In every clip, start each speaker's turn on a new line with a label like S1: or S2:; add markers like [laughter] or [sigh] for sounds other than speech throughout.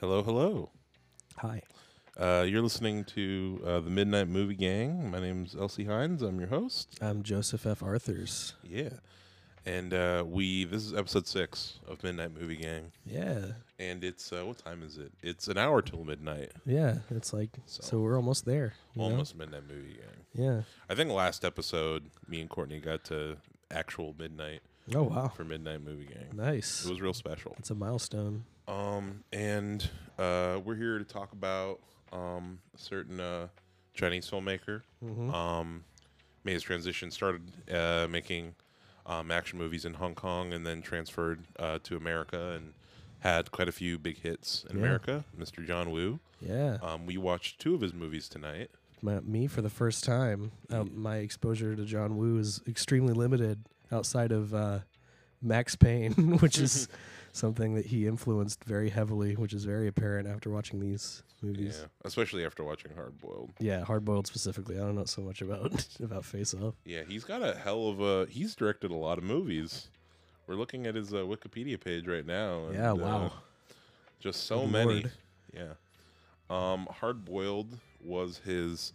S1: Hello, hello.
S2: Hi.
S1: Uh, you're listening to uh, the Midnight Movie Gang. My name's Elsie Hines. I'm your host.
S2: I'm Joseph F. Arthurs.
S1: Yeah, and uh, we this is episode six of Midnight Movie Gang,
S2: Yeah.
S1: and it's uh, what time is it? It's an hour till midnight.
S2: Yeah. It's like, so, we're almost there. you know?
S1: Almost Midnight Movie Gang.
S2: Yeah.
S1: I think last episode, me and Courtney got to actual midnight
S2: Oh, wow.
S1: for Midnight Movie Gang.
S2: Nice.
S1: It was real special.
S2: it's a milestone.
S1: Um, and uh, we're here to talk about um, a certain uh, Chinese filmmaker.
S2: Mm-hmm.
S1: Um, made his transition, started uh, making um, action movies in Hong Kong, and then transferred uh, to America and had quite a few big hits in
S2: Yeah.
S1: America. Mr. John Woo.
S2: Yeah.
S1: Um, we watched two of his movies tonight.
S2: Uh, My, me for the first time. Um, My exposure to John Woo is extremely limited outside of uh, Max Payne, [laughs]
S1: [laughs]
S2: which is something that he influenced very heavily, which is very apparent after watching these movies.
S1: Yeah, especially after watching Hard Boiled.
S2: Yeah, hard boiled specifically. I don't know so much about [laughs] about Face Off.
S1: Yeah, he's got a hell of a. He's directed a lot of movies. We're looking at his uh, Wikipedia page right now. and,
S2: Yeah,
S1: uh,
S2: wow.
S1: just so
S2: Good
S1: many.
S2: lord.
S1: Yeah. Um, Hard Boiled was his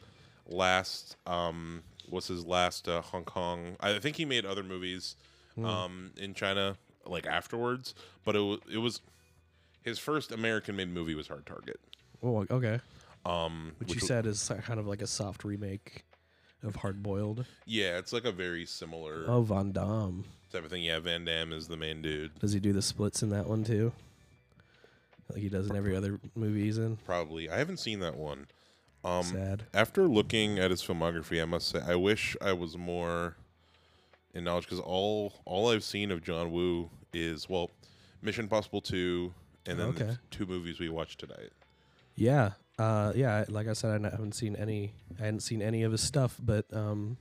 S1: last. Um, was his last uh, Hong Kong? I think he made other movies
S2: Hmm.
S1: um, in China like afterwards, but it was it was his first American-made movie was Hard Target.
S2: Oh, okay.
S1: Um,
S2: Which, you said is so- kind of like a soft remake of Hard Boiled.
S1: yeah, it's like a very similar
S2: Oh, Von Damme.
S1: type of thing. Yeah, Van Damme is the main dude.
S2: Does he do the splits in that one too? Like he does in every other movie he's in.
S1: Probably, I haven't seen that one. Um,
S2: Sad.
S1: After looking at his filmography, I must say I wish I was more in knowledge because all all I've seen of John Woo is well, Mission Impossible two, and then the
S2: Okay.
S1: two movies we watched tonight.
S2: Yeah. Uh, yeah. I- Like I said, I n- haven't seen any. I hadn't seen any of his stuff, but um,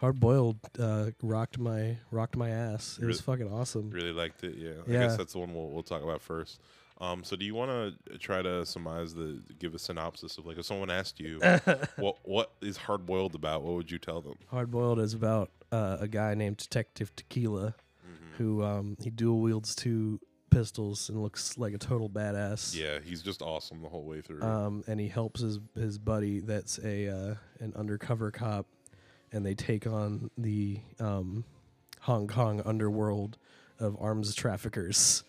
S2: Hard Boiled uh, rocked my rocked my ass. It was fucking awesome.
S1: Really liked it. Yeah, I
S2: Yeah.
S1: guess that's the one we'll, we'll talk about first. Um, so do you want to try to surmise the give a synopsis of like if someone asked
S2: [laughs]
S1: you what what is hard boiled about, what would you tell them?
S2: Hard Boiled is about uh, a guy named Detective Tequila, who um, he dual wields two pistols and looks like a total badass.
S1: Yeah, he's just awesome the whole way through.
S2: um, and he helps his his buddy that's a uh, an undercover cop, and they take on the um, Hong Kong underworld of arms traffickers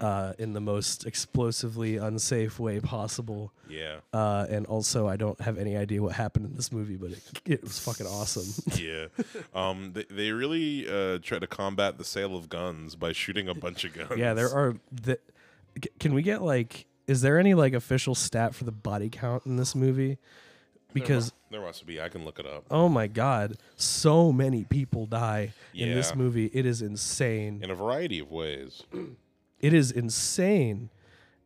S2: uh, in the most explosively unsafe way possible.
S1: yeah,
S2: Uh, and also, I don't have any idea what happened in this movie, but it, it was
S1: [laughs]
S2: fucking awesome.
S1: yeah. Um, they, they really uh, try to combat the sale of guns by shooting a bunch of guns.
S2: yeah, there are. Th- c- can we get like? Is there any like official stat for the body count in this movie? Because
S1: There must be. I can look it up.
S2: oh my god, so many people die in
S1: Yeah.
S2: this movie. It is insane.
S1: In a variety of ways.
S2: It is insane.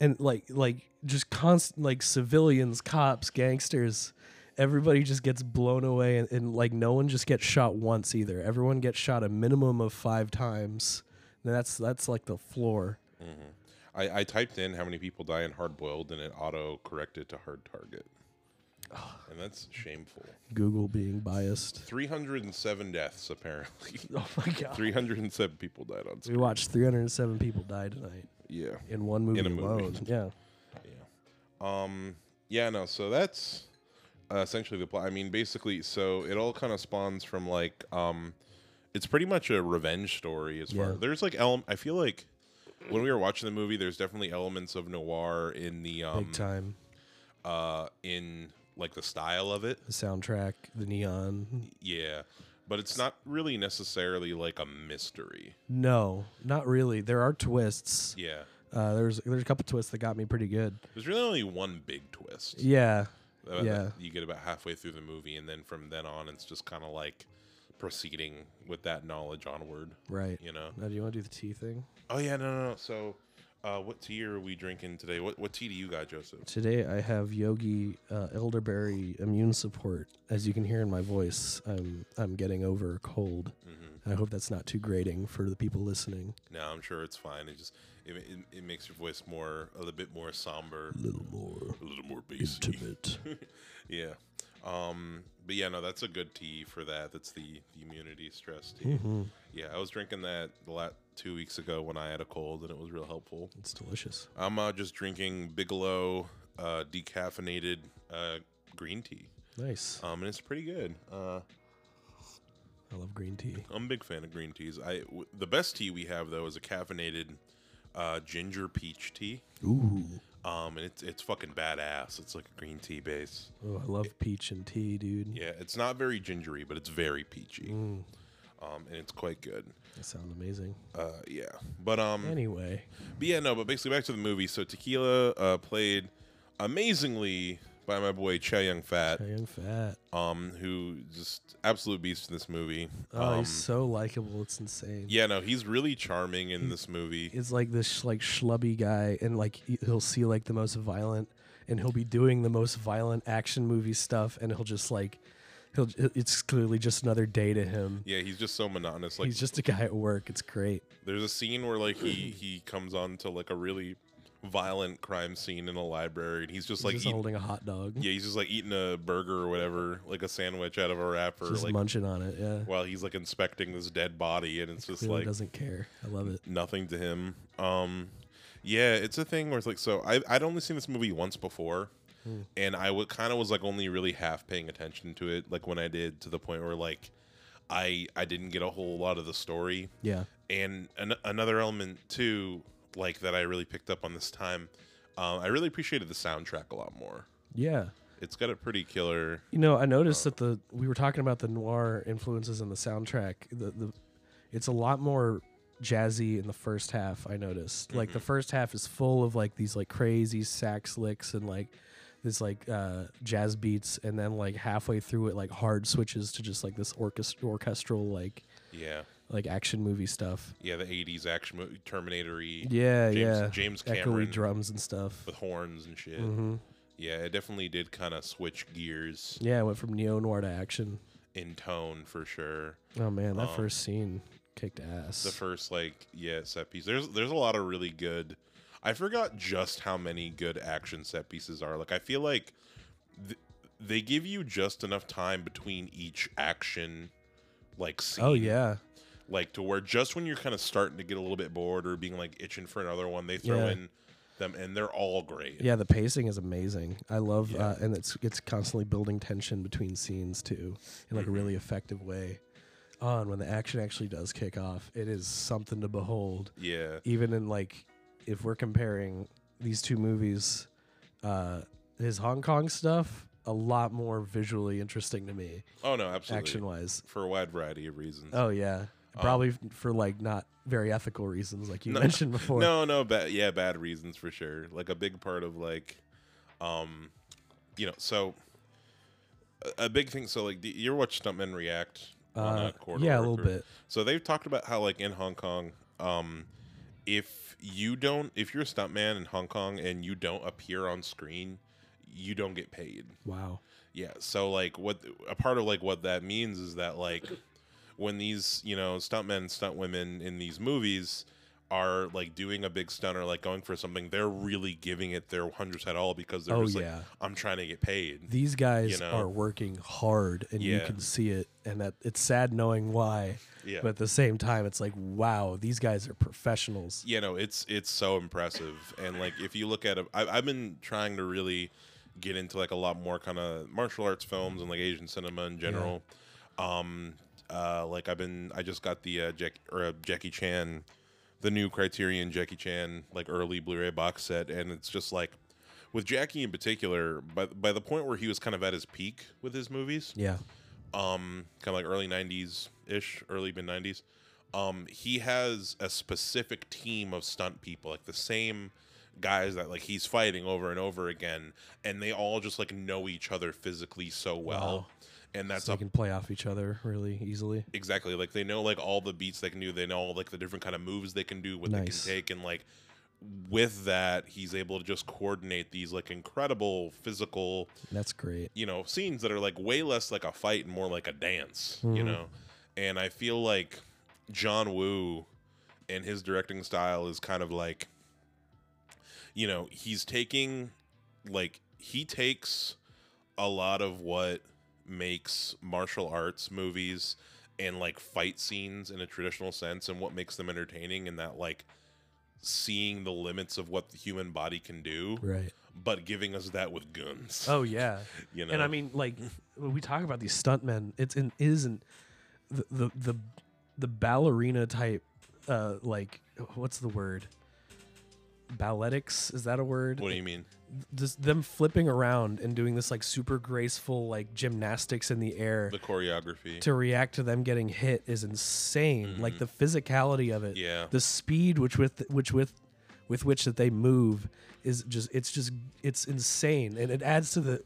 S2: And like like just constant like civilians, cops, gangsters, everybody just gets blown away and, and like no one just gets shot once either. Everyone gets shot a minimum of 5 times. And that's that's like the floor.
S1: I, I typed in how many people die in hard boiled and it auto corrected to hard target. And that's shameful.
S2: Google being biased.
S1: 307 deaths, apparently.
S2: [laughs]
S1: [laughs]
S2: Oh my god.
S1: 307 people died on
S2: We
S1: screen.
S2: watched 307 people die tonight
S1: Yeah.
S2: in one movie
S1: In a movie.
S2: alone. Yeah.
S1: Um, yeah, no, so that's uh, essentially the plot. I mean, basically, so it all kind of spawns from like, um, it's pretty much a revenge story as far.
S2: Yeah.
S1: There's like, elm. I feel like when we were watching the movie, there's definitely elements of noir in the um,
S2: Big time.
S1: uh, in like the style of it.
S2: The soundtrack, the neon.
S1: Yeah, but it's not really necessarily like a mystery.
S2: No, not really. There are twists.
S1: Yeah,
S2: Uh, there's there's a couple twists that got me pretty good.
S1: there's really only one big twist.
S2: Yeah.
S1: that-
S2: uh, yeah.
S1: that you get about halfway through the movie, and then from then on, it's just kind of like proceeding with that knowledge onward.
S2: Right.
S1: You know.
S2: Now, do you want to do the tea thing?
S1: Oh yeah, no, no. no. So, uh, what tea are we drinking today? What what tea do you got, Joseph?
S2: Today I have Yogi uh, elderberry immune support. As you can hear in my voice, I'm I'm getting over a cold. I hope that's not too grating for the people listening.
S1: No, I'm sure it's fine. It just it, it, it makes your voice more a little bit more somber,
S2: A little more
S1: a little more bassy.
S2: [laughs] intimate.
S1: Yeah. Um, but yeah, no, Mm-hmm. that's a good tea for that. That's the, the immunity stress tea. Yeah, I was drinking that the la- two weeks ago when I had a cold, and it was real helpful.
S2: It's delicious.
S1: I'm uh, just drinking Bigelow uh, decaffeinated uh, green tea,
S2: Nice.
S1: um, and it's pretty good. Uh,
S2: I love green tea.
S1: I'm a big fan of green teas. I w- the best tea we have though is a caffeinated uh, ginger peach tea,
S2: Ooh.
S1: um, and it's it's fucking badass. It's like a green tea base.
S2: Oh, I love peach and tea, dude.
S1: Yeah, it's not very gingery, but it's very peachy,
S2: Mm.
S1: um, and it's quite good.
S2: That sounds amazing.
S1: Uh, yeah, but um,
S2: Anyway,
S1: But yeah, no, but basically back to the movie. So Tequila uh, played amazingly by my boy Chow Young Fat,
S2: I am fat.
S1: um, who just absolute beast in this movie.
S2: Oh,
S1: um,
S2: he's so likable. It's insane.
S1: yeah, no, he's really charming in this movie.
S2: Is like this like schlubby guy, and like he- he'll see like the most violent, and he'll be doing the most violent action movie stuff, and he'll just like, he'll it's clearly just another day to him.
S1: Yeah, he's just so monotonous. Like,
S2: he's just a guy at work. It's great.
S1: there's a scene where like
S2: [clears throat]
S1: he he comes on to like a really violent crime scene in a library, and he's just
S2: He's
S1: like,
S2: just
S1: eat-
S2: holding a hot dog,
S1: yeah, he's just like eating a burger or whatever, like a sandwich out of a wrapper,
S2: just
S1: like
S2: munching on it. Yeah,
S1: while he's like inspecting this dead body, and it's just
S2: clearly
S1: like
S2: doesn't care. I love it.
S1: nothing to him. Um, yeah, it's a thing where it's like so I I'd only seen this movie once before,
S2: Hmm.
S1: and I would kind of was like only really half paying attention to it, like when I did to the point where like I I didn't get a whole lot of the story.
S2: Yeah,
S1: And an- another element too, like that I really picked up on this time, um, I really appreciated the soundtrack a lot more.
S2: yeah.
S1: It's got a pretty killer.
S2: You know, I noticed that the we were talking about the noir influences in the soundtrack. The the it's a lot more jazzy in the first half. I noticed like the first half is full of like these like crazy sax licks and like this like uh, jazz beats, and then like halfway through it like hard switches to just like this orchest- orchestral like
S1: Yeah,
S2: like action movie stuff.
S1: yeah, the '80s action movie, Terminatory.
S2: Yeah,
S1: James,
S2: yeah.
S1: James
S2: Echoey
S1: Cameron
S2: drums and stuff.
S1: with horns and shit.
S2: hmm
S1: Yeah, it definitely did kind of switch gears
S2: Yeah, I went from neo noir to action.
S1: in tone for sure.
S2: Oh man, that
S1: Um,
S2: first scene kicked ass.
S1: The first like yeah set piece. There's there's a lot of really good. I forgot just how many good action set pieces are. Like I feel like th- they give you just enough time between each action like scene.
S2: oh yeah.
S1: Like to where just when you're kind of starting to get a little bit bored or being like itching for another one, they throw
S2: Yeah.
S1: in them and they're all great.
S2: Yeah, the pacing is amazing. I love,
S1: Yeah.
S2: uh, and it's it's constantly building tension between scenes too, in like a
S1: Mm-hmm.
S2: really effective way. On when the action actually does kick off, it is something to behold.
S1: Yeah.
S2: Even in like, if we're comparing these two movies, uh, his Hong Kong stuff a lot more visually interesting to me,
S1: Oh no, absolutely.
S2: action wise.
S1: For a wide variety of reasons.
S2: Oh yeah, probably f- for like not very ethical reasons, like
S1: [laughs]
S2: you
S1: No.
S2: mentioned before.
S1: No, no, bad. Yeah, bad reasons for sure. Like a big part of like, um, you know, so a- a big thing. So like, do you ever watch Stuntmen React? on
S2: Uh,
S1: a corridor
S2: yeah, a little
S1: crew?
S2: bit.
S1: So they've talked about how like in Hong Kong, um, if you don't, if you're a stuntman in Hong Kong and you don't appear on screen, you don't get paid.
S2: Wow.
S1: Yeah. So like what a part of like what that means is that like when these, you know, stuntmen, stunt women in these movies are like doing a big stunt or like going for something, they're really giving it their hundreds at all because they're
S2: Oh,
S1: just
S2: yeah.
S1: like I'm trying to get paid.
S2: these guys
S1: know?
S2: are working hard and you
S1: Yeah.
S2: can see it and that it's sad knowing why
S1: Yeah.
S2: but at the same time it's like wow these guys are professionals
S1: you know, it's it's so impressive. And like if you look at it, I, I've been trying to really get into like a lot more kind of martial arts films and like Asian cinema in general. Um, uh, like I've been, I just got the uh, Jack or uh, Jackie Chan, the new Criterion Jackie Chan like early Blu-ray box set, and it's just like with Jackie in particular. By by the point where he was kind of at his peak with his movies,
S2: yeah
S1: um kind of like early 90s ish early mid 90s um he has a specific team of stunt people like the same guys that like he's fighting over and over again and they all just like know each other physically so well
S2: Wow.
S1: and that's
S2: so they
S1: a
S2: can play off each other really easily
S1: exactly like they know like all the beats they can do they know all like the different kind of moves they can do what they
S2: Nice.
S1: can take and like with that he's able to just coordinate these like incredible physical
S2: that's great
S1: you know scenes that are like way less like a fight and more like a dance you
S2: Mhm.
S1: know and i feel like john woo and his directing style is kind of like you know he's taking like he takes a lot of what makes martial arts movies and like fight scenes in a traditional sense and what makes them entertaining and that like seeing the limits of what the human body can do
S2: Right.
S1: but giving us that with guns
S2: Oh yeah.
S1: [laughs] you know
S2: And I mean, like when we talk about these stuntmen, it's in isn't the the the, the ballerina type. Uh, like what's the word? Balletics is that a word?
S1: what do you mean
S2: Just them flipping around and doing this like super graceful like gymnastics in the air
S1: the choreography
S2: to react to them getting hit is insane. Like the physicality of it,
S1: Mm-hmm. Yeah.
S2: The speed which with which with with which that they move is just it's just it's insane, and it adds to the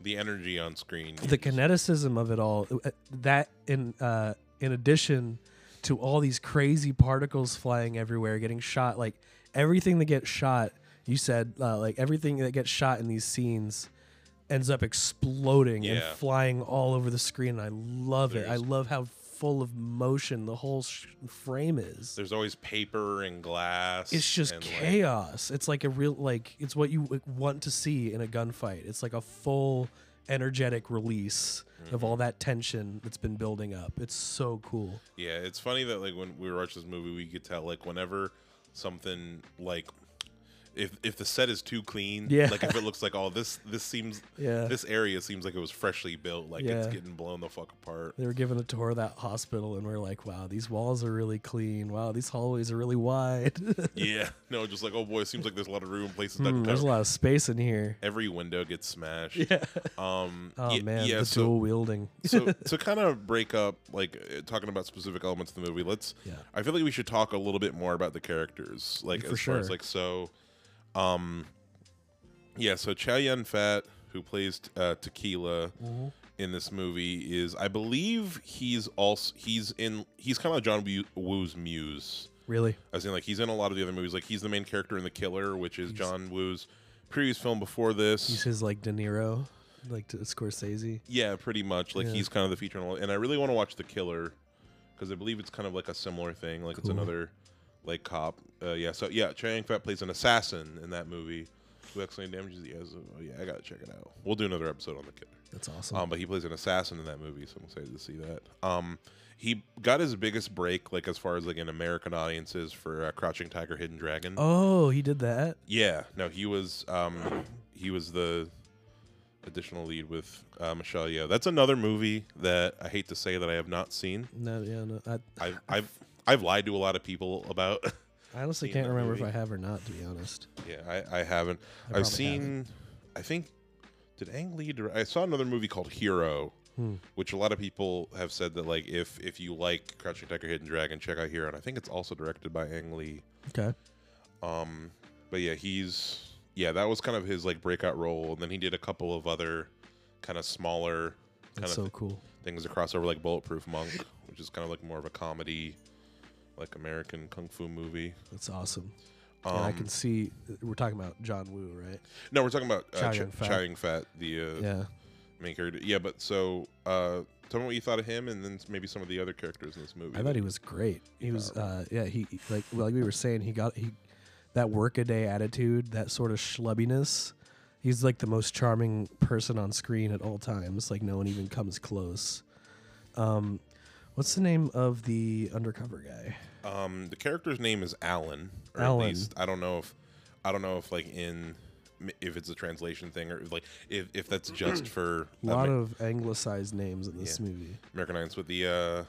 S1: the energy on screen
S2: the kineticism of it all uh, that in uh in addition to all these crazy particles flying everywhere getting shot like everything that gets shot you said uh, like everything that gets shot in these scenes ends up exploding
S1: Yeah.
S2: and flying all over the screen and i love it i
S1: There's-
S2: love how full of motion the whole sh- frame is
S1: there's always paper and glass
S2: it's just
S1: and, like,
S2: chaos it's like a real like it's what you w- want to see in a gunfight it's like a full energetic release
S1: Mm-hmm.
S2: of all that tension that's been building up it's so cool
S1: Yeah, it's funny that like when we watch this movie, we could tell like whenever something like if if the set is too clean,
S2: Yeah.
S1: like if it looks like oh this this seems
S2: Yeah.
S1: this area seems like it was freshly built, like it's
S2: Yeah.
S1: getting blown the fuck apart.
S2: they were given a tour of that hospital and we're like wow these walls are really clean wow these hallways are really wide
S1: [laughs]
S2: [laughs]
S1: yeah, no, just like oh boy, it seems like there's a lot of room, places that
S2: Hmm,
S1: can
S2: there's a
S1: cover.
S2: lot of space in here
S1: Every window gets smashed.
S2: yeah
S1: Um,
S2: [laughs] oh
S1: ye-
S2: man
S1: yeah,
S2: the
S1: so-
S2: dual wielding [laughs]
S1: so to kind of break up like uh, talking about specific elements of the movie let's
S2: Yeah.
S1: i feel like we should talk a little bit more about the characters like
S2: For
S1: as far as
S2: sure.
S1: like so um yeah so chow yun-fat who plays uh, tequila
S2: Mm-hmm.
S1: in this movie is i believe he's also he's in he's kind of john Woo- woo's muse
S2: really
S1: as in like he's in a lot of the other movies like he's the main character in the killer which is john woo's previous film before this
S2: he's his like de niro like to scorsese
S1: yeah, pretty much. Like
S2: Yeah.
S1: he's kind of the feature, and all- and I really want to watch The Killer because I believe it's kind of like a similar thing. Like it's
S2: Cool.
S1: another like cop. Uh, yeah, so yeah, Chiang Fat plays an assassin in that movie who accidentally damages the. Oh, yeah, I gotta check it out. We'll do another episode on The Killer.
S2: that's awesome
S1: Um, but he plays an assassin in that movie, so I'm excited to see that. Um, he got his biggest break, like as far as like in American audiences for uh, Crouching Tiger, Hidden Dragon.
S2: oh he did that
S1: Yeah, no, he was um he was the additional lead with uh, Michelle Yeoh. That's another movie that I hate to say that I have not seen.
S2: no yeah no I,
S1: I've I've I've lied to a lot of people about. [laughs]
S2: I honestly
S1: seen
S2: can't
S1: that
S2: remember
S1: movie.
S2: if I have or not, to be honest.
S1: yeah, I I haven't.
S2: I
S1: I've
S2: probably
S1: seen.
S2: haven't.
S1: I think did Ang Lee. dir- I saw another movie called Hero,
S2: Hmm.
S1: which a lot of people have said that like if if you like Crouching Tiger, Hidden Dragon, check out Hero. And I think it's also directed by Ang Lee.
S2: Okay.
S1: Um, but yeah, he's yeah, that was kind of his like breakout role, and then he did a couple of other kind of smaller kind
S2: That's
S1: of
S2: so
S1: thi-
S2: cool.
S1: things to cross over, like Bulletproof Monk, which is kind of like more of a comedy, like American kung fu movie.
S2: That's awesome. and I can see we're talking about John Woo, right?
S1: No, we're talking about uh,
S2: Chow
S1: Ch-
S2: Yun-fat.
S1: Chow Yun Fat, the uh,
S2: Yeah.
S1: main character. Yeah, but so uh, tell me what you thought of him, and then maybe some of the other characters in this movie.
S2: I thought he was great. He was uh yeah, he like well, like we were saying, he got he that workaday attitude, that sort of schlubbiness. He's like the most charming person on screen at all times. Like no one even comes close. Um what's the name of the undercover guy?
S1: Um, the character's name is Alan. Or
S2: Alan.
S1: At least I don't know if I don't know if like in if it's a translation thing or if, like if, if that's
S2: [clears throat]
S1: just for
S2: A lot of anglicized names in this
S1: Yeah.
S2: movie.
S1: American Idol. But the uh,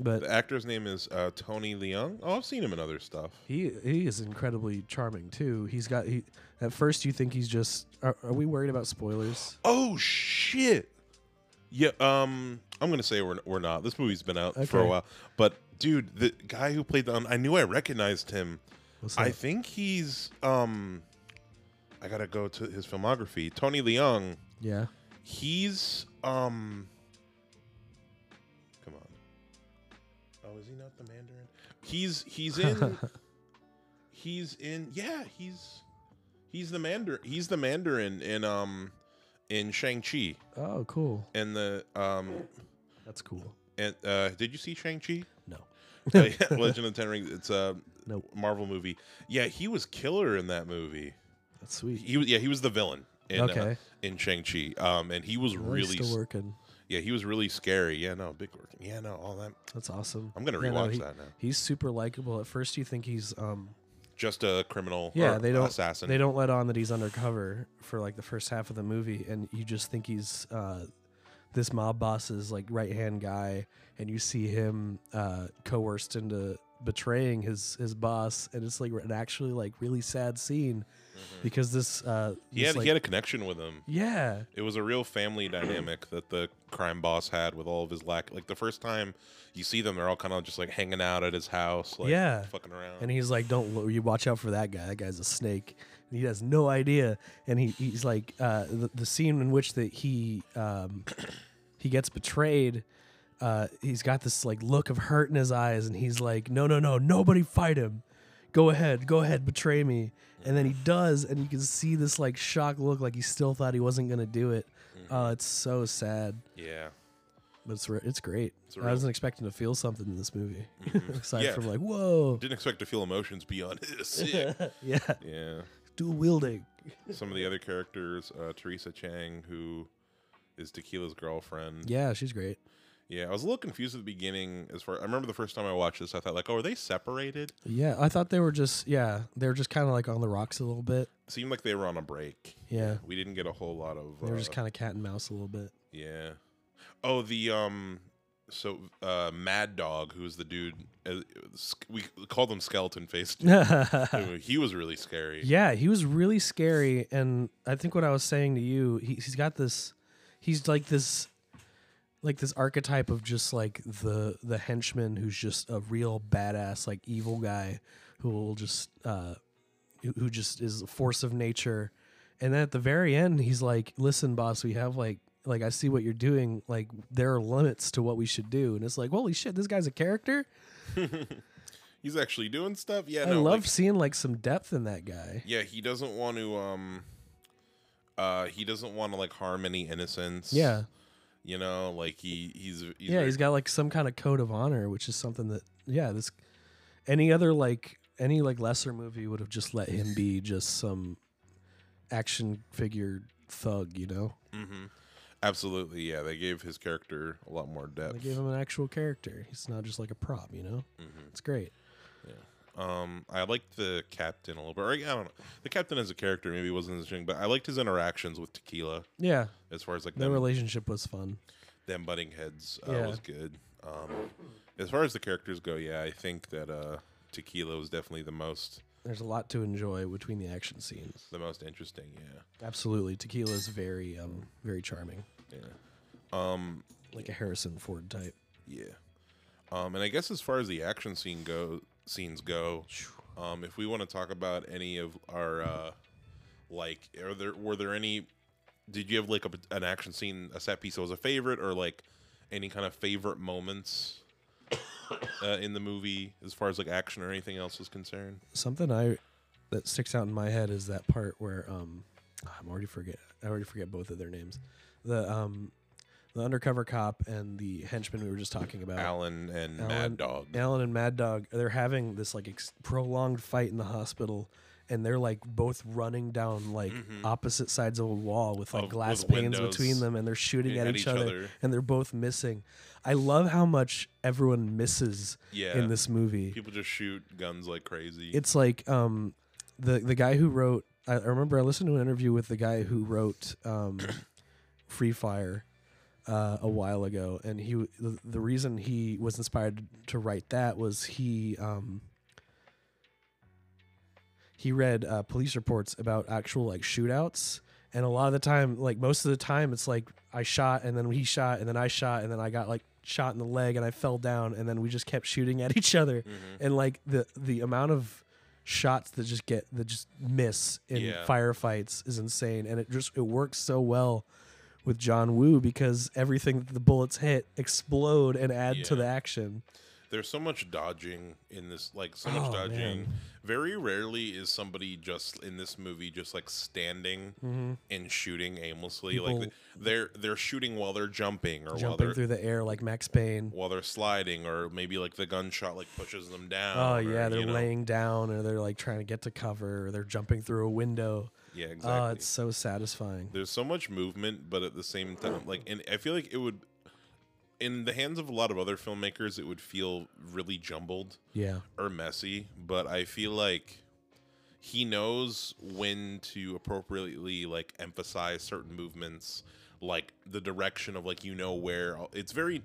S2: But
S1: the actor's name is uh, Tony Leung. Oh, I've seen him in other stuff.
S2: He he is incredibly charming too. He's got he at first you think he's just are, are we worried about spoilers?
S1: Oh shit. Yeah. Um, I'm gonna say we're we're not. This movie's been out for a
S2: Okay.
S1: while. But dude, the guy who played the I knew I recognized him.
S2: What's
S1: I
S2: that?
S1: think he's um. I gotta go to his filmography. Tony Leung.
S2: yeah.
S1: He's um. Come on. Oh, is he not the Mandarin? He's he's [laughs] in. he's in. Yeah, he's he's the Mandarin. He's the Mandarin in um in Shang Chi
S2: Oh, cool.
S1: and the um
S2: That's cool.
S1: and uh did you see Shang Chi?
S2: No.
S1: Uh, yeah, [laughs] Legend of the Ten Rings. It's a
S2: Nope.
S1: Marvel movie. Yeah, he was killer in that movie.
S2: That's sweet.
S1: He was yeah he was the villain in uh,
S2: Okay.
S1: in Shang Chi. Um, and he was
S2: Really
S1: really
S2: still working.
S1: Yeah, he was really scary. Yeah, no, Big Gorkin. Yeah, no, all that.
S2: That's awesome.
S1: I'm gonna
S2: Yeah, no,
S1: rewatch
S2: he-
S1: that now.
S2: He's super likable. At first, you think he's um
S1: Just a criminal.
S2: yeah
S1: or
S2: they don't
S1: assassin.
S2: they don't let on that he's undercover for like the first half of the movie, and you just think he's uh this mob boss's like right hand guy, and you see him uh coerced into betraying his his boss, and it's like an actually like really sad scene because this uh
S1: Mm-hmm. he
S2: this,
S1: had
S2: like-
S1: he had a connection with him.
S2: yeah
S1: It was a real family dynamic that the crime boss had with all of his lack. Like the first time you see them, they're all kind of just like hanging out at his house, like
S2: Yeah.
S1: fucking around.
S2: And he's like, "Don't lo- you watch out for that guy? That guy's a snake." And he has no idea. And he, he's like, uh, the, the scene in which that he um, [clears throat] he gets betrayed. Uh, he's got this like look of hurt in his eyes, and he's like, "No, no, no! Nobody fight him. Go ahead, go ahead, betray me." And then he does, and you can see this like shock look, like he still thought he wasn't gonna do it.
S1: Mm-hmm.
S2: Oh, it's so sad,
S1: yeah,
S2: but it's re- it's great.
S1: It's a
S2: I
S1: real- Mm-hmm.
S2: wasn't expecting to feel something in this movie, [laughs] aside
S1: Yeah.
S2: from like, "Whoa,
S1: didn't expect to feel emotions beyond [laughs] sick.
S2: [laughs] yeah,
S1: yeah.
S2: dual wielding."
S1: Some of the other characters, uh, Teresa Chang, who is Tequila's girlfriend.
S2: Yeah, she's great.
S1: Yeah, I was a little confused at the beginning. As far I remember, the first time I watched this, I thought like, "Oh, are they separated?"
S2: Yeah, I thought they were just yeah, they were just kind of like on the rocks a little bit.
S1: seemed like they were on a break.
S2: Yeah,
S1: We didn't get a whole lot of.
S2: they were just
S1: uh,
S2: kind of cat and mouse a little bit.
S1: Yeah. Oh, the um, so uh, Mad Dog, who was the dude, uh, sk- we called him Skeleton
S2: [laughs]
S1: Face. dude. Uh, he was really scary.
S2: yeah, he was really scary, and I think what I was saying to you, he, he's got this, he's like this, like this archetype of just like the the henchman who's just a real badass, like evil guy who will just uh, who- who just is a force of nature. And then at the very end, he's like, "Listen, boss, we have like, like I see what you're doing. Like there are limits to what we should do." And it's like, "Holy shit, this guy's a character."
S1: He's actually doing stuff. Yeah,
S2: I
S1: no,
S2: love
S1: like-
S2: seeing like some depth in that guy.
S1: yeah, he doesn't want to um, uh, he doesn't want to like harm any innocence.
S2: Yeah,
S1: You know, like he he's, he's
S2: yeah,
S1: very-
S2: he's got like some kind of code of honor, which is something that yeah, this any other like any like lesser movie would have just let him be just some action figure thug, you know.
S1: absolutely yeah. They gave his character a lot more depth.
S2: They gave him an actual character. He's not just like a prop, you know. It's great.
S1: Um, I liked the captain a little bit. Or, I don't know. The captain as a character maybe wasn't as interesting, but I liked his interactions with Tequila
S2: Yeah,
S1: as far as like
S2: their
S1: them,
S2: relationship was fun.
S1: them butting heads uh,
S2: Yeah.
S1: was good. Um, as far as the characters go, yeah, I think that uh, Tequila was definitely the most
S2: There's a lot to enjoy between the action scenes.
S1: the most interesting. Yeah,
S2: Absolutely, Tequila is very um very charming,
S1: yeah, um,
S2: like a Harrison Ford type.
S1: yeah. Um, and I guess as far as the action scene go scenes go, um, if we want to talk about any of our uh, like, are there were there any? Did you have like a, an action scene, a set piece that was a favorite, or like any kind of favorite moments [coughs] uh, in the movie as far as like action or anything else is concerned?
S2: something I that sticks out in my head is that part where um I'm already forget I already forget both of their names. The um the undercover cop and the henchman we were just talking about.
S1: Alan and
S2: Alan-
S1: Mad Dog.
S2: Alan and Mad Dog, they're having this like ex- prolonged fight in the hospital and they're like both running down like opposite sides of a wall with like
S1: Of-
S2: glass
S1: with
S2: panes
S1: windows
S2: between them and they're shooting at,
S1: at
S2: each,
S1: each
S2: other,
S1: other.
S2: and they're both missing. I love how much everyone misses
S1: Yeah.
S2: in this movie
S1: People just shoot guns like crazy.
S2: it's like um the the guy who wrote I, I remember I listened to an interview with the guy who wrote um [coughs] Free Fire uh, a while ago and he w- the, the reason he was inspired to write that was he um he read uh, police reports about actual like shootouts and a lot of the time like most of the time it's like I shot and then he shot and then I shot and then I got like shot in the leg and I fell down and then we just kept shooting [laughs] at each other
S1: Mm-hmm.
S2: and like the the amount of shots that just get that just miss in
S1: Yeah.
S2: firefights is insane and it just it works so well with John Woo because everything that the bullets hit explode and add to
S1: Yeah.
S2: the action.
S1: There's so much dodging in this, like so much
S2: Oh,
S1: dodging.
S2: man.
S1: Very rarely is somebody just in this movie just like standing and shooting aimlessly. like
S2: Mm-hmm. People-
S1: they're they're shooting while they're jumping or while
S2: Jumping
S1: they're
S2: through the air like Max Payne.
S1: while they're sliding or maybe like the gunshot like pushes them down.
S2: Oh
S1: or,
S2: yeah, they're
S1: you know.
S2: laying down or they're like trying to get to cover or they're jumping through a window.
S1: Yeah,
S2: Oh,
S1: exactly.
S2: it's so satisfying.
S1: There's so much movement, but at the same time, like, and I feel like it would in the hands of a lot of other filmmakers, it would feel really jumbled
S2: Yeah.
S1: or messy, but I feel like he knows when to appropriately like emphasize certain movements, like the direction of like you know where it's very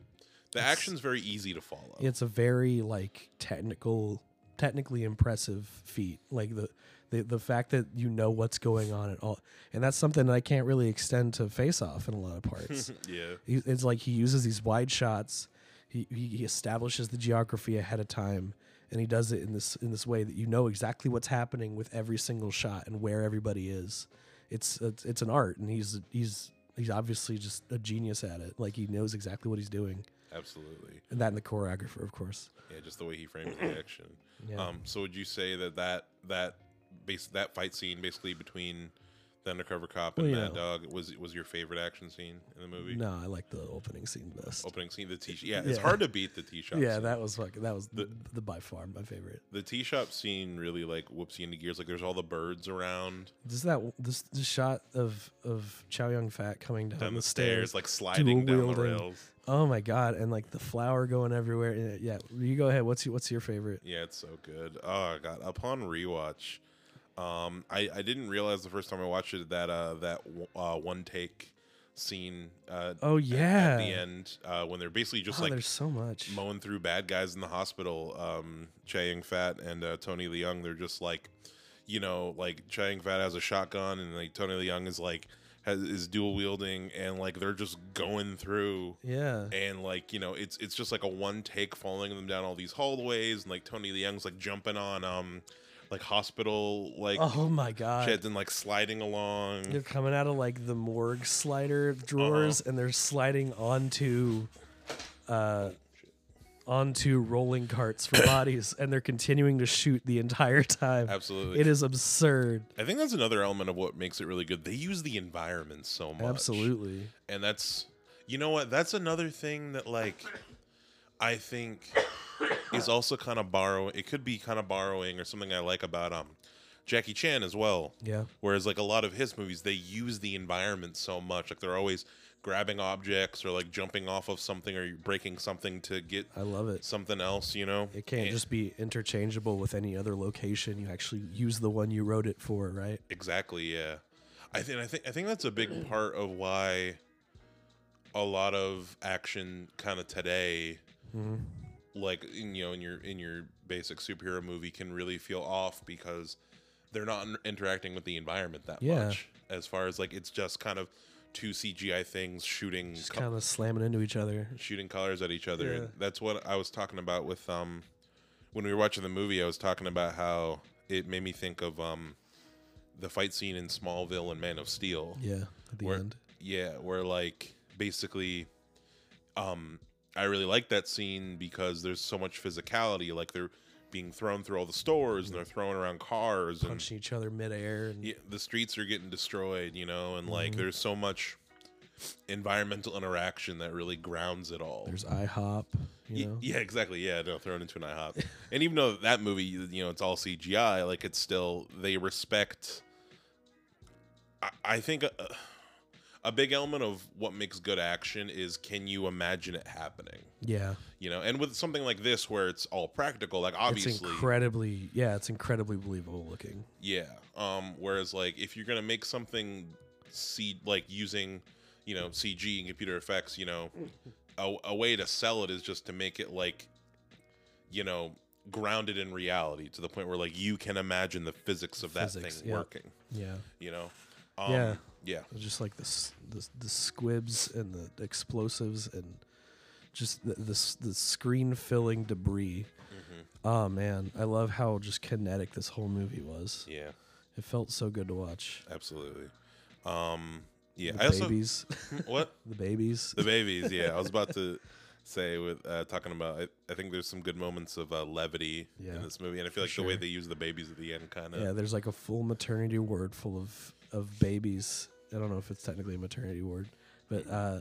S1: the action's very easy to follow.
S2: It's a very like technical, technically impressive feat. Like the the, the fact that you know what's going on at all, and that's something that I can't really extend to Face Off in a lot
S1: [laughs]
S2: of parts.
S1: yeah.
S2: He- it's like he uses these wide shots. He, he he establishes the geography ahead of time, and he does it in this in this way that you know exactly what's happening with every single shot and where everybody is. It's it's, it's an art, and he's he's he's obviously just a genius at it. Like he knows exactly what he's doing,
S1: Absolutely.
S2: and that and the choreographer, of course.
S1: Yeah, just the way he frames
S2: [clears throat]
S1: the action.
S2: Yeah.
S1: Um, so would you say that that that base that fight scene basically between the undercover cop and
S2: Well,
S1: Mad
S2: Oh, yeah.
S1: Dog was was your favorite action scene in the movie?
S2: No, I like the opening scene best.
S1: Opening scene, the T. Yeah, it's
S2: Yeah.
S1: hard to beat the T shot.
S2: yeah,
S1: scene.
S2: that was fucking that was the,
S1: The-
S2: the by far my favorite.
S1: the tea shop scene really like whoops you into gears. Like there's all the birds around
S2: Just that this, this shot of of Chow Yun Fat coming down,
S1: down the stairs, like sliding down
S2: dual
S1: the
S2: wielding.
S1: rails.
S2: Oh my god! And like the flour going everywhere. Yeah, Yeah, you go ahead. What's your, what's your favorite?
S1: Yeah, it's so good. Oh god. Upon rewatch, um, I I didn't realize the first time I watched it that uh that w- uh one take scene uh
S2: Oh yeah,
S1: at the end uh when they're basically just
S2: Oh,
S1: like
S2: there's so much.
S1: mowing through bad guys in the hospital. Um, Chae Young Fat and uh, Tony Leung, they're just like, you know, like Chae Young Fat has a shotgun and like Tony Leung is like has, is dual wielding and like they're just going through
S2: yeah,
S1: and like you know it's it's just like a one take following them down all these hallways and like Tony Leung's like jumping on um like hospital like
S2: oh my god.
S1: sheds and like sliding along.
S2: They're coming out of like the morgue slider
S1: Uh-huh.
S2: drawers, and they're sliding onto, uh, onto rolling carts
S1: [coughs]
S2: for bodies, and they're continuing to shoot the entire time.
S1: Absolutely.
S2: It is absurd.
S1: I think that's another element of what makes it really good. They use the environment so much.
S2: Absolutely.
S1: and that's you know what that's another thing that like i think is also kind of borrowing it could be kind of borrowing or something i like about um jackie chan as well
S2: Yeah.
S1: whereas like a lot of his movies they use the environment so much like they're always grabbing objects or like jumping off of something or breaking something to get
S2: I love it.
S1: something else you know
S2: Uh, It can't
S1: And-
S2: just be interchangeable with any other location. You actually use the one you wrote it for, right?
S1: Exactly. Yeah, I think I think I think that's a big part of why a lot of action kind of today,
S2: Mm-hmm.
S1: like in, you know, in your in your basic superhero movie, can really feel off because they're not in- interacting with the environment that
S2: Yeah.
S1: much. As far as like it's just kind of two CGI things shooting
S2: Just
S1: co-
S2: kind of slamming into each other.
S1: shooting colors at each other.
S2: Yeah.
S1: And that's what I was talking about with um when we were watching the movie. I was talking about how it made me think of um the fight scene in Smallville and Man of Steel.
S2: Yeah, at the
S1: Where-
S2: end.
S1: Yeah, where like basically um I really like that scene because there's so much physicality. Like they're being thrown through all the stores and they're throwing around cars and
S2: Punching each other midair. And,
S1: yeah, the streets are getting destroyed, you know, and
S2: Mm-hmm.
S1: like there's so much environmental [laughs] interaction that really grounds it all.
S2: There's IHOP, you
S1: Ye-
S2: know?
S1: Yeah, exactly. Yeah, no, thrown into an IHOP. and even though that movie, you know, it's all CGI, like it's still they respect. I, I think a, a big element of what makes good action is can you imagine it happening?
S2: Yeah.
S1: You know, and with something like this where it's all practical, like
S2: It's
S1: obviously,
S2: incredibly, yeah, it's incredibly believable looking.
S1: yeah. Um, whereas like if you're gonna make something, see like using, you know, CG and computer effects, you know, a, a way to sell it is just to make it like, you know, grounded in reality to the point where like you can imagine the physics of that
S2: Physics,
S1: thing
S2: yeah.
S1: working.
S2: Yeah.
S1: You know. Um,
S2: Yeah.
S1: Yeah.
S2: Just like the, s- the, the squibs and the explosives and just the, the, s- the screen filling debris.
S1: Mm-hmm.
S2: Oh, man. I love how just kinetic this whole movie was.
S1: Yeah.
S2: It felt so good to watch.
S1: Absolutely. Um. Yeah.
S2: The
S1: I also
S2: babies. [laughs]
S1: what
S2: the babies.
S1: the babies. Yeah. I was about to say with uh, talking about. I, I think there's some good moments of uh, levity
S2: Yeah,
S1: in this movie, and I feel like the way
S2: sure.
S1: they use the babies at the end kind of.
S2: Yeah, there's like a full maternity ward full of of babies. I don't know if it's technically a maternity ward, but uh,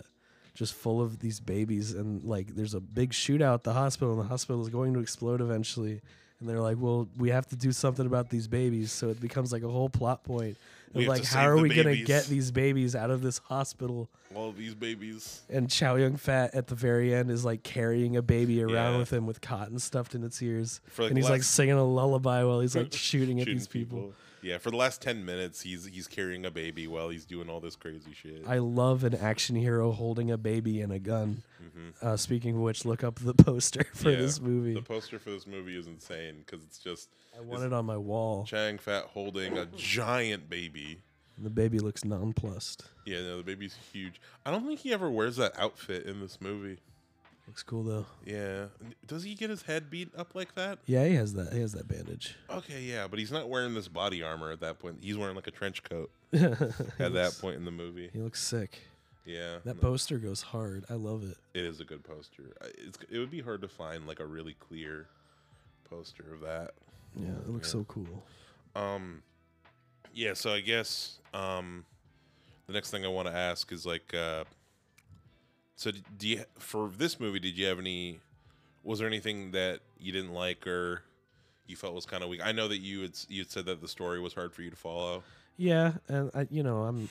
S2: just full of these babies, and like there's a big shootout at the hospital, and the hospital is going to explode eventually. And they're like, "Well, we have to do something about these babies," so it becomes like a whole plot point
S1: We
S2: of
S1: have
S2: like
S1: to
S2: how
S1: save
S2: are
S1: the
S2: we gonna
S1: babies.
S2: get these babies out of this hospital?
S1: All these babies.
S2: And Chow Yun Fat at the very end is like carrying a baby around
S1: Yeah.
S2: with him with cotton stuffed in its ears,
S1: For, like,
S2: and he's
S1: the
S2: like
S1: last-
S2: singing a lullaby while
S1: [laughs]
S2: he's like shooting at
S1: shooting
S2: these people.
S1: Yeah, for the last ten minutes, he's he's carrying a baby while he's doing all this crazy shit.
S2: I love an action hero holding a baby and a gun. Uh, speaking of which, look up the [laughs] poster for
S1: Mm-hmm. Yeah.
S2: this movie.
S1: The poster for this movie is insane because it's just
S2: I want it on my wall.
S1: Chang Fat holding a giant baby.
S2: The baby looks nonplussed.
S1: Yeah, no, the baby's huge. I don't think he ever wears that outfit in this movie.
S2: Looks cool though.
S1: Yeah, does he get his head beat up like that?
S2: Yeah, he has that. He has that bandage.
S1: Okay, yeah, but he's not wearing this body armor at that point. He's wearing like a trench coat at that point in the movie.
S2: He looks sick.
S1: Yeah,
S2: That
S1: no,
S2: poster goes hard. I love it.
S1: it is a good poster. I- It's it would be hard to find like a really clear poster of that.
S2: Yeah, it looks so cool.
S1: Um, yeah. So I guess um, the next thing I want to ask is like, uh, so d- do you for this movie? Did you have any? Was there anything that you didn't like or you felt was kind of weak? I know that you had s- you had said that the story was hard for you to follow.
S2: Yeah, and I, you know, I'm,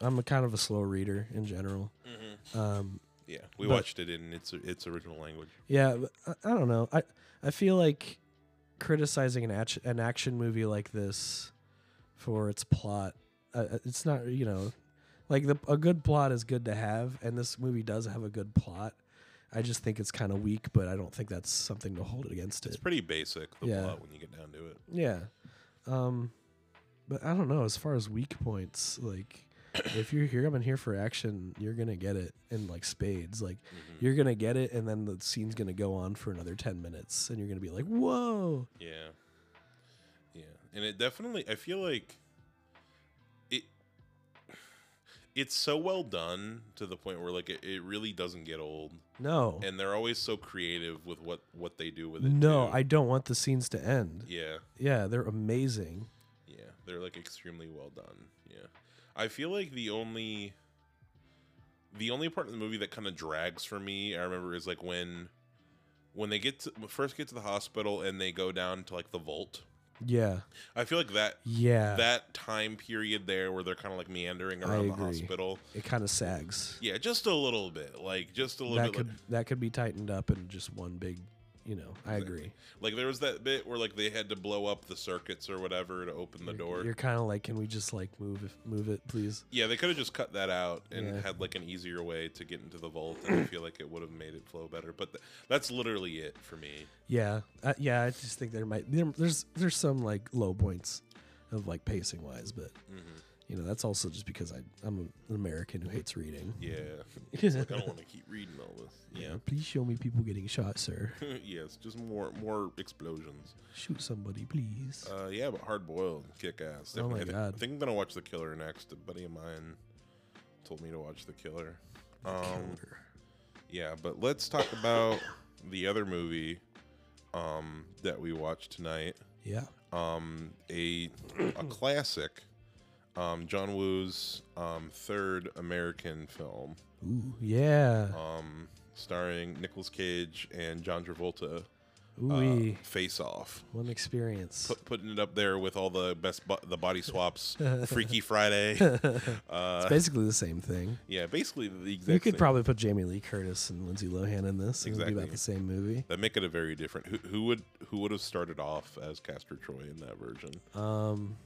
S2: I'm a kind of a slow reader in general.
S1: Mm-hmm.
S2: Um,
S1: Yeah, we
S2: But-
S1: watched it in its its original language.
S2: yeah, but I, I don't know. I, I feel like criticizing an action, an action movie like this for its plot, uh, uh, it's not you know, like the, a good plot is good to have, and this movie does have a good plot. I just think it's kind of weak, but I don't think that's something to hold it against it.
S1: It's pretty basic the
S2: Yeah.
S1: plot when you get down to it.
S2: Yeah. Um but I don't know as far as weak points like if you're here coming here for action, you're going to get it in like spades. Like
S1: Mm-hmm.
S2: you're going to get it and then the scene's going to go on for another 10 minutes and you're going to be like, "Whoa."
S1: Yeah. Yeah. And it definitely I feel like it it's so well done to the point where like it, it really doesn't get old.
S2: No.
S1: And they're always so creative with what what they do with it.
S2: No,
S1: too.
S2: I don't want the scenes to end.
S1: Yeah.
S2: Yeah, they're amazing.
S1: Yeah. They're like extremely well done. Yeah. I feel like the only the only part of the movie that kind of drags for me, I remember is like when when they get to first get to the hospital and they go down to like the vault.
S2: Yeah.
S1: I feel like that
S2: Yeah.
S1: that time period there where they're kind of like meandering
S2: I
S1: around the
S2: agree.
S1: hospital.
S2: it kind of sags.
S1: Yeah, just a little bit, like just a little
S2: That
S1: bit.
S2: could
S1: like,
S2: that could be tightened up in just one big, you know. I agree.
S1: like there was that bit where like they had to blow up the circuits or whatever to open the door.
S2: You're kind of like, "Can we just like move move it, please?"
S1: yeah, they could have just cut that out and
S2: Yeah.
S1: had like an easier way to get into the vault, and I feel like it would have made it flow better. But th- that's literally it for me.
S2: Yeah, uh, yeah. I just think there might there, there's there's some like low points of like pacing wise, but
S1: Mm-hmm.
S2: you know that's also just because I I'm an American who hates reading.
S1: Yeah, It's like, I don't want to keep reading all this. Yeah, [laughs]
S2: Please show me people getting shot, sir.
S1: yes, just more more explosions.
S2: Shoot somebody, please.
S1: Uh, yeah, but hard boiled, kick ass.
S2: Oh my
S1: Definitely. I thi-
S2: God.
S1: I think I'm gonna watch The Killer next. A buddy of mine told me to watch The Killer. Um, yeah, but let's talk about the other movie um, that we watched tonight.
S2: yeah,
S1: Um, a a classic, um, John Woo's um, third American film,
S2: ooh, yeah,
S1: um, starring Nicolas Cage and John Travolta.
S2: ooh,
S1: Face Off
S2: one experience.
S1: uh, put, putting it up there with all the best bo- the body
S2: [laughs]
S1: swaps, Freaky Friday. uh,
S2: it's basically the
S1: [laughs]
S2: same thing.
S1: Yeah, basically the exact
S2: You could
S1: same.
S2: probably put Jamie Lee Curtis and Lindsay Lohan in this. It would be
S1: Exactly.
S2: about the same movie.
S1: that make it a very different. Who, who would who would have started off as Castor Troy in that version? [laughs]
S2: Um,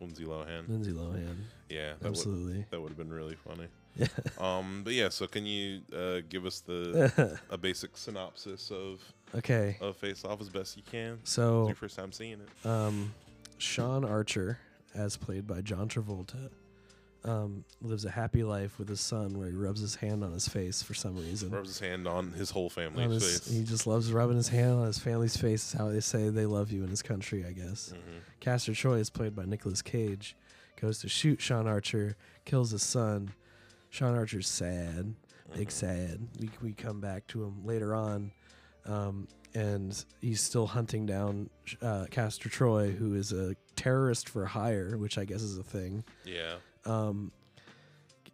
S1: Lindsay Lohan.
S2: Lindsay Lohan,
S1: Yeah, that would [laughs]
S2: absolutely. [laughs]
S1: that would have been really funny. um, but yeah, so can you uh, give us the a basic synopsis of
S2: Okay,
S1: of Face Off as best you can?
S2: so
S1: It's your first time seeing it.
S2: um, Sean Archer, as played by John Travolta, um, lives a happy life with his son where he rubs his hand on his face for some reason.
S1: Rubs his hand on his whole
S2: On
S1: family's
S2: his-
S1: face.
S2: he just loves rubbing his hand on his family's face, is how they say they love you in his country, I guess. Castor Troy is played by Nicolas Cage, goes to shoot Sean Archer, kills his son. Sean Archer's sad, big sad. We, we come back to him later on, um, and he's still hunting down uh, Castor Troy, who is a terrorist for hire, which I guess is a thing
S1: yeah,
S2: um,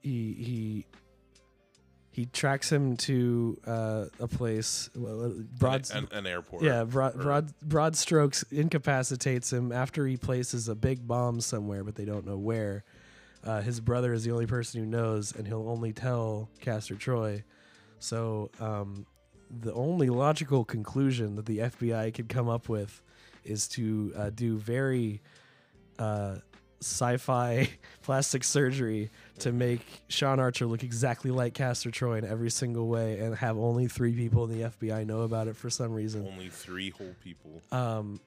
S2: he he He tracks him to uh, a place. well, uh, Broad,
S1: an, an airport.
S2: yeah, broad,
S1: or-
S2: broad, broad strokes incapacitates him after he places a big bomb somewhere, but they don't know where. Uh, his brother is the only person who knows, and he'll only tell Castor Troy. So, um, the only logical conclusion that the FBI could come up with is to uh, do very uh, sci-fi [laughs] plastic surgery to make Sean Archer look exactly like Castor Troy in every single way, and have only three people in the FBI know about it for some reason.
S1: Only three whole people,
S2: Um,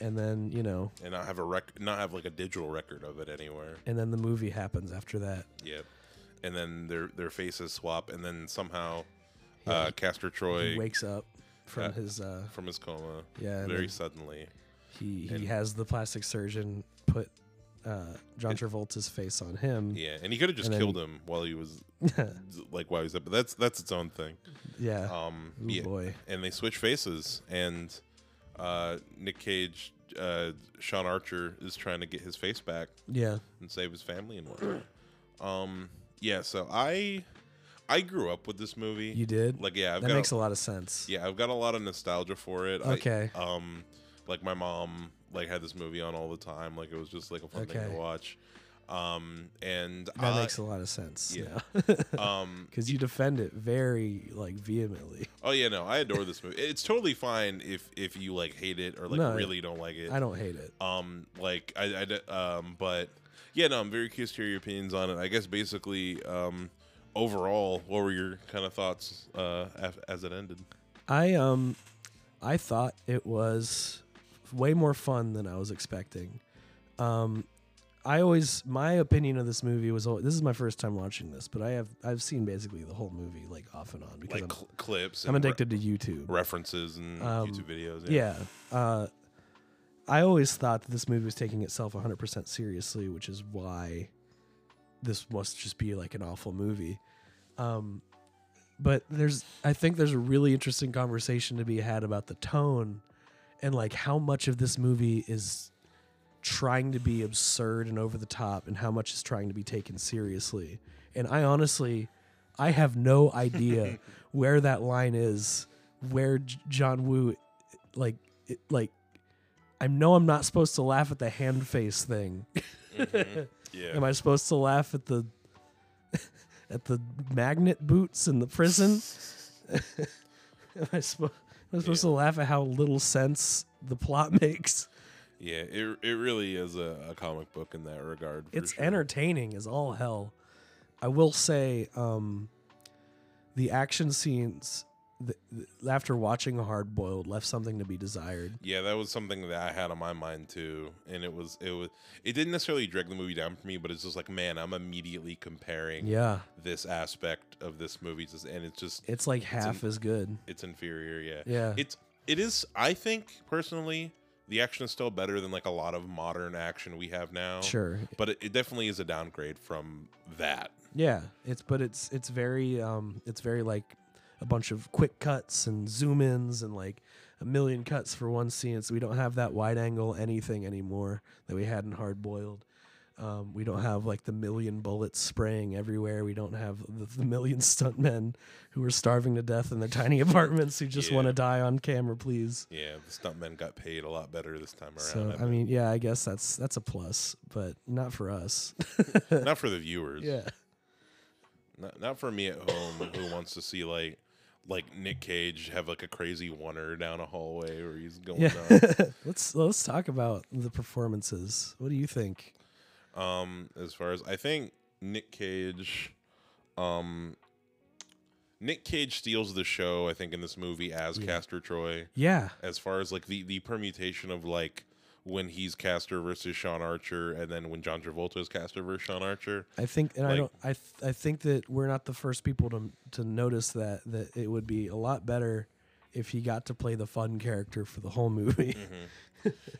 S2: and then you know,
S1: and not have a rec- not have like a digital record of it anywhere.
S2: and then the movie happens after that.
S1: Yep. And then their their faces swap, and then somehow, uh, Castor
S2: He
S1: Troy
S2: wakes up from
S1: Yeah.
S2: his uh,
S1: from his coma
S2: yeah, and
S1: very
S2: then
S1: suddenly.
S2: he he
S1: and-
S2: has the plastic surgeon put uh, John Travolta's face on him.
S1: Yeah, and he could have just
S2: And then-
S1: killed him while he
S2: [laughs]
S1: was
S2: Yeah,
S1: like while he was up, but that's that's its own thing.
S2: yeah.
S1: Um,
S2: Ooh,
S1: yeah,
S2: boy.
S1: and they switch faces, and uh, Nick Cage, uh, Sean Archer is trying to get his face back.
S2: Yeah.
S1: and save his family and
S2: [clears throat]
S1: whatnot. um, yeah. So I, I grew up with this movie.
S2: You did?
S1: Like, yeah, I've
S2: that
S1: got
S2: makes
S1: a,
S2: a lot of sense.
S1: yeah, I've got a lot of nostalgia for it. I-
S2: Okay.
S1: um, like my mom like had this movie on all the time. Like it was just like a fun thing
S2: Okay.
S1: to watch. Um, and
S2: That
S1: I,
S2: makes a lot of sense.
S1: yeah.
S2: Yeah. [laughs]
S1: um,
S2: Because you defend it very like vehemently.
S1: oh yeah, no, I adore this movie. It's totally fine if if you like hate it or like
S2: No,
S1: really don't like it.
S2: I don't hate it.
S1: um like I, I d- um but yeah no i'm very curious to hear your opinions on it i guess basically um overall what were your kind of thoughts uh af- as it ended
S2: I um I thought it was way more fun than I was expecting. Um I always my opinion of this movie was al- this is my first time watching this, but I have I've seen basically the whole movie like off and on because
S1: like
S2: I'm,
S1: cl- clips
S2: I'm
S1: and re-
S2: addicted to YouTube.
S1: references and
S2: Um,
S1: youtube videos
S2: Yeah. Uh, I always thought that this movie was taking itself 100% seriously, which is why this must just be like an awful movie. Um, but there's, I think there's a really interesting conversation to be had about the tone and like how much of this movie is trying to be absurd and over the top and how much is trying to be taken seriously. And I honestly, I have no idea where that line is, where J- John Woo, like, it, like, I know I'm not supposed to laugh at the hand face thing.
S1: Mhm. yeah
S2: Am I supposed to laugh at the, [laughs] at the magnet boots in the prison? [laughs] am I, suppo- am I supposed to laugh at how little sense the plot makes?
S1: yeah it, it really is a, a comic book in that regard for
S2: it's
S1: sure.
S2: entertaining as all hell. I will say, um, the action scenes th- th- after watching Hard Boiled left something to be desired.
S1: yeah that was something that i had on my mind too and it was it was it didn't necessarily drag the movie down for me but it's just like man i'm immediately comparing
S2: Yeah,
S1: this aspect of this movie to- and it's just
S2: it's like half as good.
S1: it's inferior. Yeah.
S2: Yeah.
S1: It's it is. I think personally, the action is still better than like a lot of modern action we have now.
S2: Sure.
S1: But it, it definitely is a downgrade from that.
S2: Yeah, it's but it's it's very um it's very like a bunch of quick cuts and zoom ins and like a million cuts for one scene. So we don't have that wide angle anything anymore that we had in Hard Boiled. Um, we don't have like the million bullets spraying everywhere. We don't have the, the million [laughs] stuntmen who are starving to death in their tiny [laughs] apartments who just
S1: Yeah.
S2: want to die on camera, please.
S1: Yeah. The stuntmen got paid a lot better this time around.
S2: So I
S1: bet.
S2: mean, yeah, I guess that's that's a plus, but not for us.
S1: not for the viewers.
S2: yeah.
S1: Not, not for me at home who wants to see like like Nick Cage have like a crazy oneer down a hallway where he's going
S2: Yeah.
S1: nuts.
S2: [laughs] let's let's talk about the performances. What do you think?
S1: um as far as i think nick cage um nick cage steals the show i think in this movie as castor troy
S2: Yeah.
S1: as far as like the the permutation of like when he's castor versus sean archer and then when john travolta is castor versus sean archer
S2: I think and I
S1: Like-
S2: don't I th- I think that we're not the first people to to notice that that it would be a lot better if he got to play the fun character for the whole movie [laughs]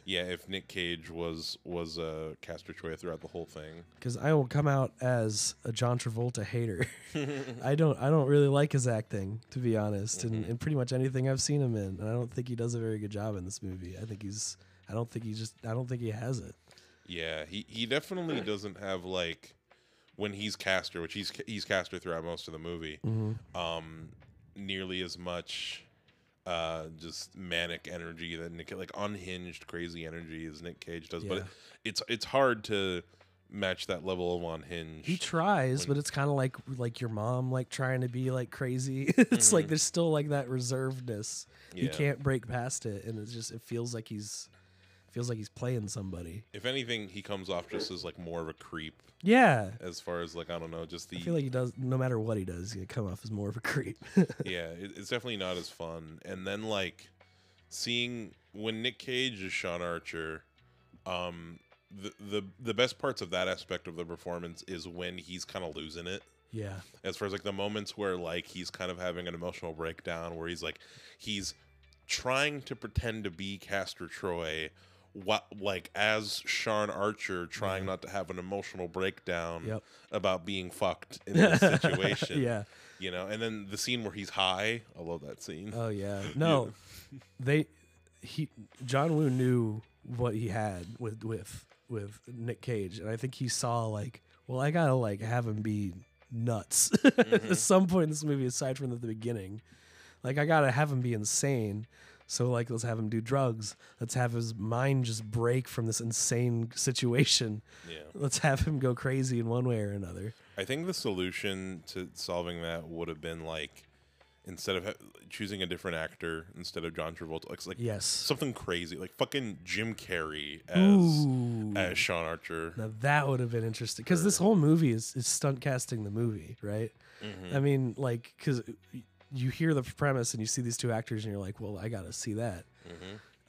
S1: yeah if nick cage was was uh castor troy throughout the whole thing
S2: cuz I will come out as a John Travolta hater. I don't I don't really like his acting to be honest and in pretty much anything I've seen him in and I don't think he does a very good job in this movie. I think he's I don't think he just I don't think he has it. Hmm.
S1: yeah he he definitely doesn't have like when he's Caster, which he's he's Caster throughout most of the movie,
S2: Mm-hmm.
S1: um, nearly as much uh, just manic energy that Nick, like unhinged, crazy energy as Nick Cage does. But
S2: Yeah.
S1: it, it's it's hard to match that level of unhinged.
S2: He tries, but it's kind of like like your mom, like trying to be like crazy. [laughs] it's like there's still like that reservedness. He
S1: Yeah.
S2: can't break past it, and it's just it feels like he's feels like he's playing somebody.
S1: if anything, he comes off just as like more of a creep,
S2: Yeah,
S1: as far as like I don't know, just the
S2: I feel like he does. No matter what he does, he come off as more of a creep. [laughs]
S1: yeah, it, it's definitely not as fun. And then like seeing when Nick Cage is Sean Archer, um, the the the best parts of that aspect of the performance is when he's kind of losing it.
S2: yeah,
S1: As far as like the moments where like he's kind of having an emotional breakdown, where he's like he's trying to pretend to be Castor Troy. What like as Sean Archer trying not to have an emotional breakdown
S2: Yep.
S1: about being fucked
S2: [laughs]
S1: in this situation
S2: yeah.
S1: you know and then the scene where he's high i love that scene
S2: Oh yeah. No, they he John Woo knew what he had with with with Nick Cage, and I think he saw like, well, I gotta like have him be nuts [laughs] at some point in this movie, aside from at the beginning. Like I gotta have him be insane. So like let's have him do drugs. Let's have his mind just break from this insane situation.
S1: yeah
S2: Let's have him go crazy in one way or another.
S1: i think the solution to solving that would have been like instead of ha- choosing a different actor instead of john travolta like, like
S2: Yes.
S1: something crazy like fucking jim carrey as
S2: Ooh.
S1: as sean archer
S2: Now that would have been interesting because this whole movie is, is stunt casting the movie, right? I mean, like, because you hear the premise and you see these two actors and you're like, well, I got to see that.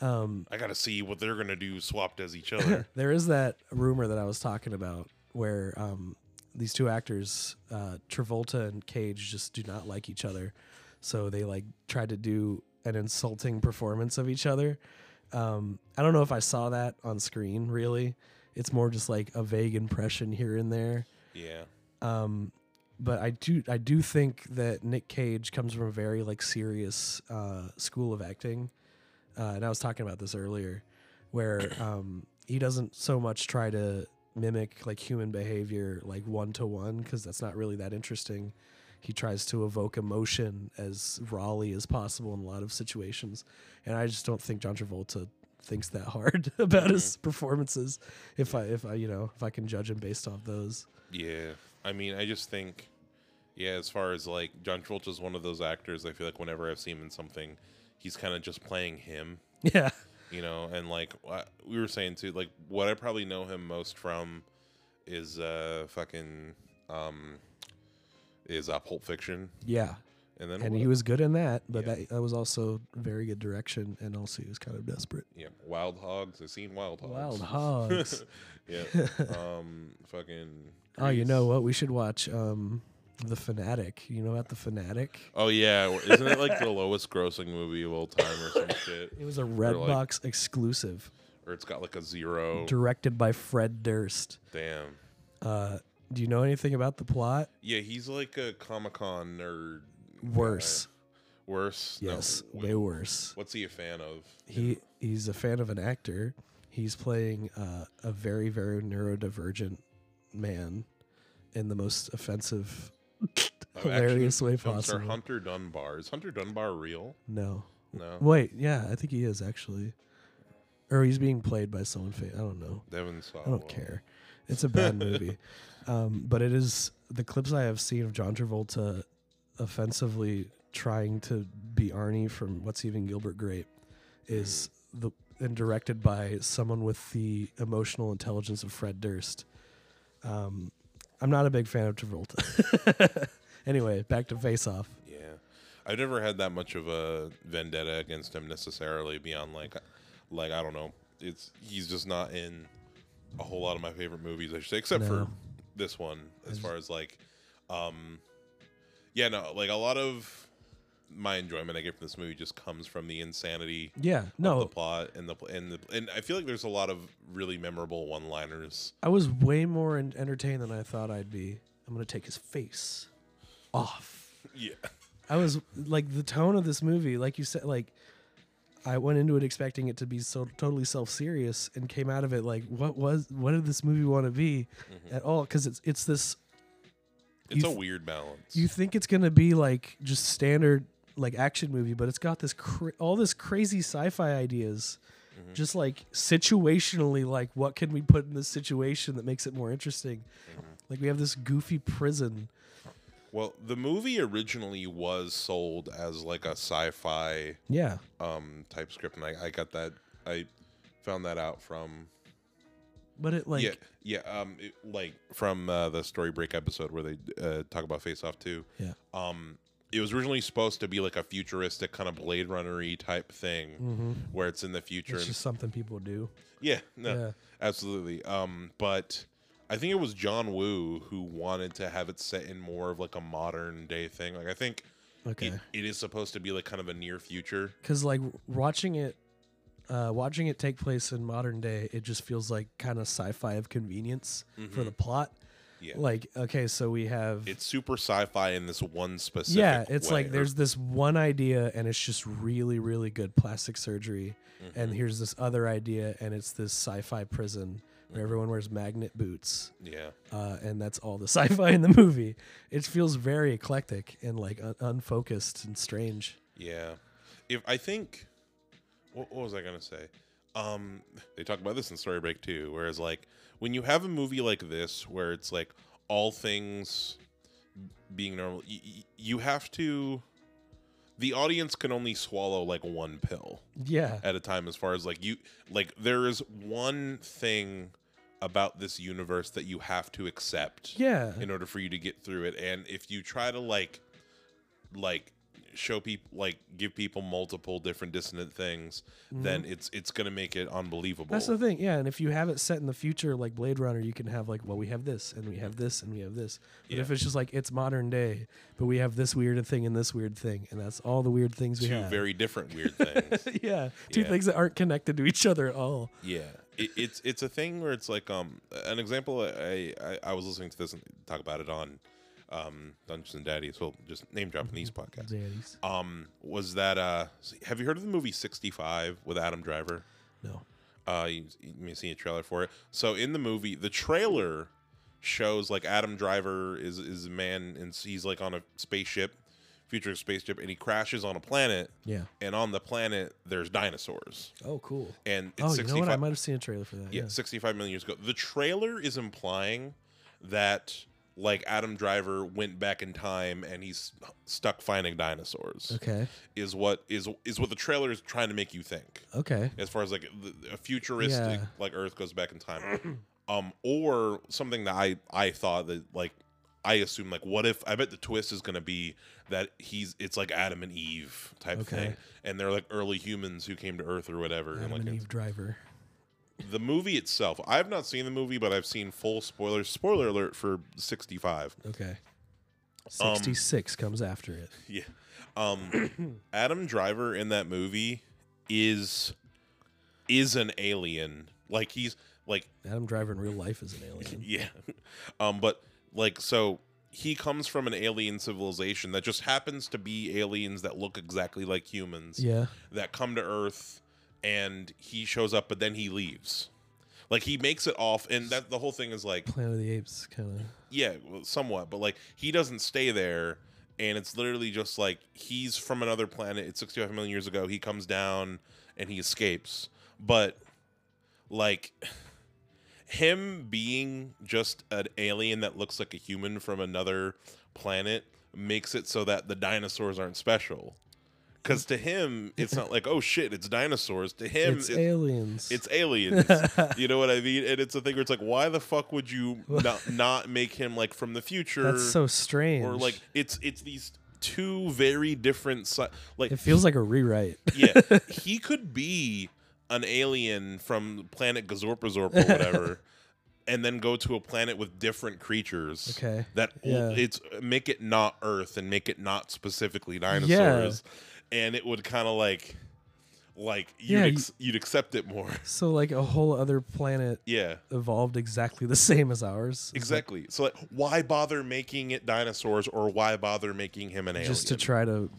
S1: i gotta see what they're gonna do swapped as each
S2: [laughs]
S1: other
S2: There is that rumor that I was talking about where um, these two actors, uh, Travolta and Cage, just do not like each other. So they like tried to do an insulting performance of each other. Um, I don't know if I saw that on screen, really. It's more just like a vague impression here and there.
S1: yeah
S2: um but i do i do think that nick cage comes from a very like serious uh school of acting uh and i was talking about this earlier where um he doesn't so much try to mimic like human behavior like one to one because that's not really that interesting he tries to evoke emotion as rawly as possible in a lot of situations and i just don't think john travolta thinks that hard [laughs] about his performances if i if i you know if i can judge him based off those [laughs]
S1: yeah i mean i just think yeah as far as like john travolta's one of those actors i feel like whenever i've seen him in something he's kind of just playing him
S2: Yeah.
S1: you know and like wha- we were saying too like what i probably know him most from is uh fucking um is uh pulp fiction
S2: Yeah.
S1: and then
S2: And
S1: what-
S2: he was good in that, but
S1: Yeah.
S2: that, that was also very good direction. And also, he was kind of desperate.
S1: yeah wild hogs i've seen wild hogs [laughs]
S2: Wild Hogs. [laughs]
S1: yeah um fucking
S2: oh, you
S1: Grease.
S2: know what? We should watch um, The Fanatic. You know about The Fanatic?
S1: oh yeah w- isn't it like the lowest grossing movie of all time or some shit
S2: It was a Redbox
S1: like-
S2: Box exclusive
S1: or it's got like a zero
S2: directed by Fred Durst.
S1: damn
S2: Uh, do you know anything about the plot?
S1: yeah he's like a comic-con nerd guy.
S2: Worse.
S1: worse No,
S2: Yes,
S1: wh-
S2: way worse.
S1: what's he a fan of
S2: He he's a fan of an actor. He's playing uh, a very very neurodivergent man in the most offensive,
S1: Oh, action
S2: hilarious way
S1: Film star
S2: possible.
S1: Hunter Dunbar. Is Hunter Dunbar real?
S2: No,
S1: No.
S2: wait, yeah, I think he is actually, or he's being played by someone. Fa- I don't know.
S1: Devin saw.
S2: I don't care. It's a bad [laughs] movie, um, but it is the clips I have seen of John Travolta offensively trying to be Arnie from What's Even Gilbert Grape is the and directed by someone with the emotional intelligence of Fred Durst. Um, I'm not a big fan of Travolta. [laughs] anyway, back to Face Off.
S1: Yeah, I've never had that much of a vendetta against him necessarily. Beyond like, like I don't know. It's he's just not in a whole lot of my favorite movies. I should say, except for
S2: No.
S1: this one. As far as like, um, yeah, no, like a lot of my enjoyment I get from this movie just comes from the insanity.
S2: Yeah,
S1: of the
S2: no,
S1: plot and the pl- and the and I feel like there's a lot of really memorable one-liners.
S2: I was way more en- entertained than I thought I'd be. I'm gonna take his face off.
S1: Yeah,
S2: I was like the tone of this movie, like you said, like I went into it expecting it to be so totally self
S1: Mm-hmm.
S2: serious and came out of it like, what was what did this movie want to be at all? Because it's it's this
S1: It's a
S2: you th-
S1: weird balance.
S2: You think it's gonna be like just standard like action movie, but it's got this cra- all this crazy sci-fi ideas,
S1: Mm-hmm.
S2: just like situationally, like what can we put in this situation that makes it more interesting?
S1: Mm-hmm.
S2: Like we have this goofy prison.
S1: well, the movie originally was sold as like a sci-fi
S2: Yeah,
S1: um, type script, and I, I got that. I found that out from
S2: but it like
S1: yeah, yeah, um, it- like from uh, the story break episode where they uh, talk about Face Off Two.
S2: Yeah.
S1: Um, it was originally supposed to be like a futuristic kind of Blade Runner-y type thing, where it's in the future.
S2: Mm-hmm. it's
S1: and,
S2: just something people do.
S1: [laughs] yeah, no,
S2: Yeah.
S1: absolutely. Um, but I think it was John Woo who wanted to have it set in more of like a modern day thing. Like I think
S2: Okay.
S1: it, it is supposed to be like kind of a near future.
S2: because like watching it uh, watching it take place in modern day it just feels like kind of sci-fi of convenience for the plot
S1: Mm-hmm. Yeah.
S2: like okay so we have
S1: It's super sci-fi in this one specific.
S2: yeah it's
S1: way,
S2: like
S1: or-
S2: there's this one idea and it's just really really good plastic surgery
S1: Mm-hmm.
S2: and here's this other idea and it's this sci-fi prison
S1: Mm-hmm.
S2: where everyone wears magnet boots
S1: yeah.
S2: uh, and that's all the [laughs] sci-fi in the movie it feels very eclectic and like un- unfocused and strange
S1: Yeah. If I think what, what was I gonna say? Um they talk about this in Story Break too, whereas like when you have a movie like this where it's like all things being normal, y- y- you have to the audience can only swallow like one pill
S2: yeah
S1: at a time as far as like you like there is one thing about this universe that you have to accept
S2: yeah
S1: in order for you to get through it and if you try to like like show people like give people multiple different dissonant things then it's it's gonna make it unbelievable
S2: Mm-hmm. That's the thing, yeah. And if you have it set in the future, like Blade Runner, you can have like, well, we have this, and we have this, and we have this. But
S1: Yeah.
S2: if it's just like it's modern day, but we have this weird thing and this weird thing, and that's all the weird things we
S1: two
S2: have.
S1: very different weird things
S2: [laughs] yeah, two
S1: Yeah.
S2: things that aren't connected to each other at all.
S1: yeah it, it's it's a thing where it's like um an example i i, I was listening to this and talk about it on um dungeons and daddies well just name dropping these podcasts
S2: Daddies.
S1: um was that uh have you heard of the movie 65 with adam driver
S2: No.
S1: Uh, you, you may see a trailer for it. So in the movie, the trailer shows like Adam Driver is is a man and he's like on a spaceship, future spaceship, and he crashes on a planet.
S2: Yeah.
S1: And on the planet, there's dinosaurs.
S2: Oh, cool.
S1: And it's
S2: Oh, you
S1: 65,
S2: know what? I might have seen a trailer for that.
S1: yeah,
S2: Yeah.
S1: 65 million years ago. The trailer is implying that like Adam Driver went back in time and he's stuck finding dinosaurs.
S2: Okay.
S1: Is what is is what the trailer is trying to make you think
S2: Okay.
S1: as far as like the, a futuristic
S2: Yeah.
S1: like Earth goes back in time, [clears throat] um, or something that I I thought that like I assume like what if I bet the twist is gonna be that he's it's like Adam and Eve type
S2: Okay.
S1: thing, and they're like early humans who came to Earth or whatever.
S2: Adam
S1: and like
S2: and
S1: it's-
S2: Eve Driver.
S1: the movie itself, I've not seen the movie, but I've seen full spoilers. Spoiler alert for sixty five.
S2: Okay.
S1: Um,
S2: Sixty-six comes after it.
S1: Yeah. Um Adam Driver in that movie is is an alien. Like he's like
S2: Adam Driver in real life is an alien.
S1: yeah. [laughs] Um but like so he comes from an alien civilization that just happens to be aliens that look exactly like humans
S2: Yeah.
S1: that come to Earth and he shows up but then he leaves. Like he makes it off and that the whole thing is like
S2: Planet of the Apes kind of.
S1: yeah, well, somewhat, but like he doesn't stay there, and it's literally just like he's from another planet. It's 65 million years ago. He comes down and he escapes, but like him being just an alien that looks like a human from another planet makes it so that the dinosaurs aren't special. Because to him, it's not like oh shit, it's dinosaurs. To him,
S2: It's
S1: it-
S2: aliens.
S1: it's aliens.
S2: [laughs]
S1: you know what I mean? And it's a thing where it's like, why the fuck would
S2: [laughs]
S1: you not not make him like from the future?
S2: That's so strange.
S1: Or like it's it's these two very different si- like
S2: it feels like a rewrite.
S1: yeah he could be an alien from planet Gazorpazorp or
S2: [laughs]
S1: whatever. And then go to a planet with different creatures.
S2: Okay.
S1: That
S2: Yeah.
S1: it's make it not Earth and make it not specifically dinosaurs, and it would kind of like, like you'd
S2: Yeah, you-
S1: ex- you'd accept it more.
S2: [laughs]
S1: [laughs]
S2: So like a whole other planet
S1: yeah.
S2: evolved exactly the [laughs] same as ours. Is that
S1: Exactly. So like, why bother making it dinosaurs, or why bother making him an alien?
S2: Just to try to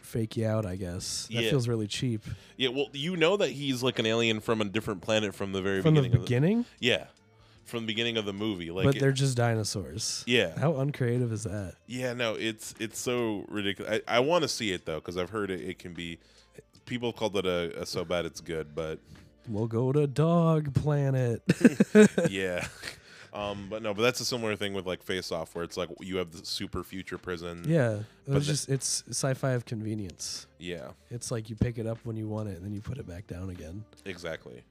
S2: fake you out, I guess. That
S1: Yeah.
S2: feels really cheap.
S1: Yeah. Well, you know that he's like an alien from a different planet from the very
S2: From the
S1: beginning. of
S2: beginning?
S1: yeah. from the beginning of the movie. Like,
S2: but
S1: it-
S2: they're just dinosaurs.
S1: yeah,
S2: How uncreative is that?
S1: yeah, no, it's it's so ridiculous. I, I want to see it though because I've heard it, it can be. People called it a, a so bad it's good,
S2: [laughs]
S1: but
S2: We'll go to Dog
S1: [laughs]
S2: Planet.
S1: yeah. Um, but no, but that's a similar thing with like Face Off, where it's like you have the super future prison.
S2: yeah, it was
S1: the-
S2: just it's sci-fi of convenience.
S1: yeah,
S2: It's like you pick it up when you want it, and then you put it back down again.
S1: exactly.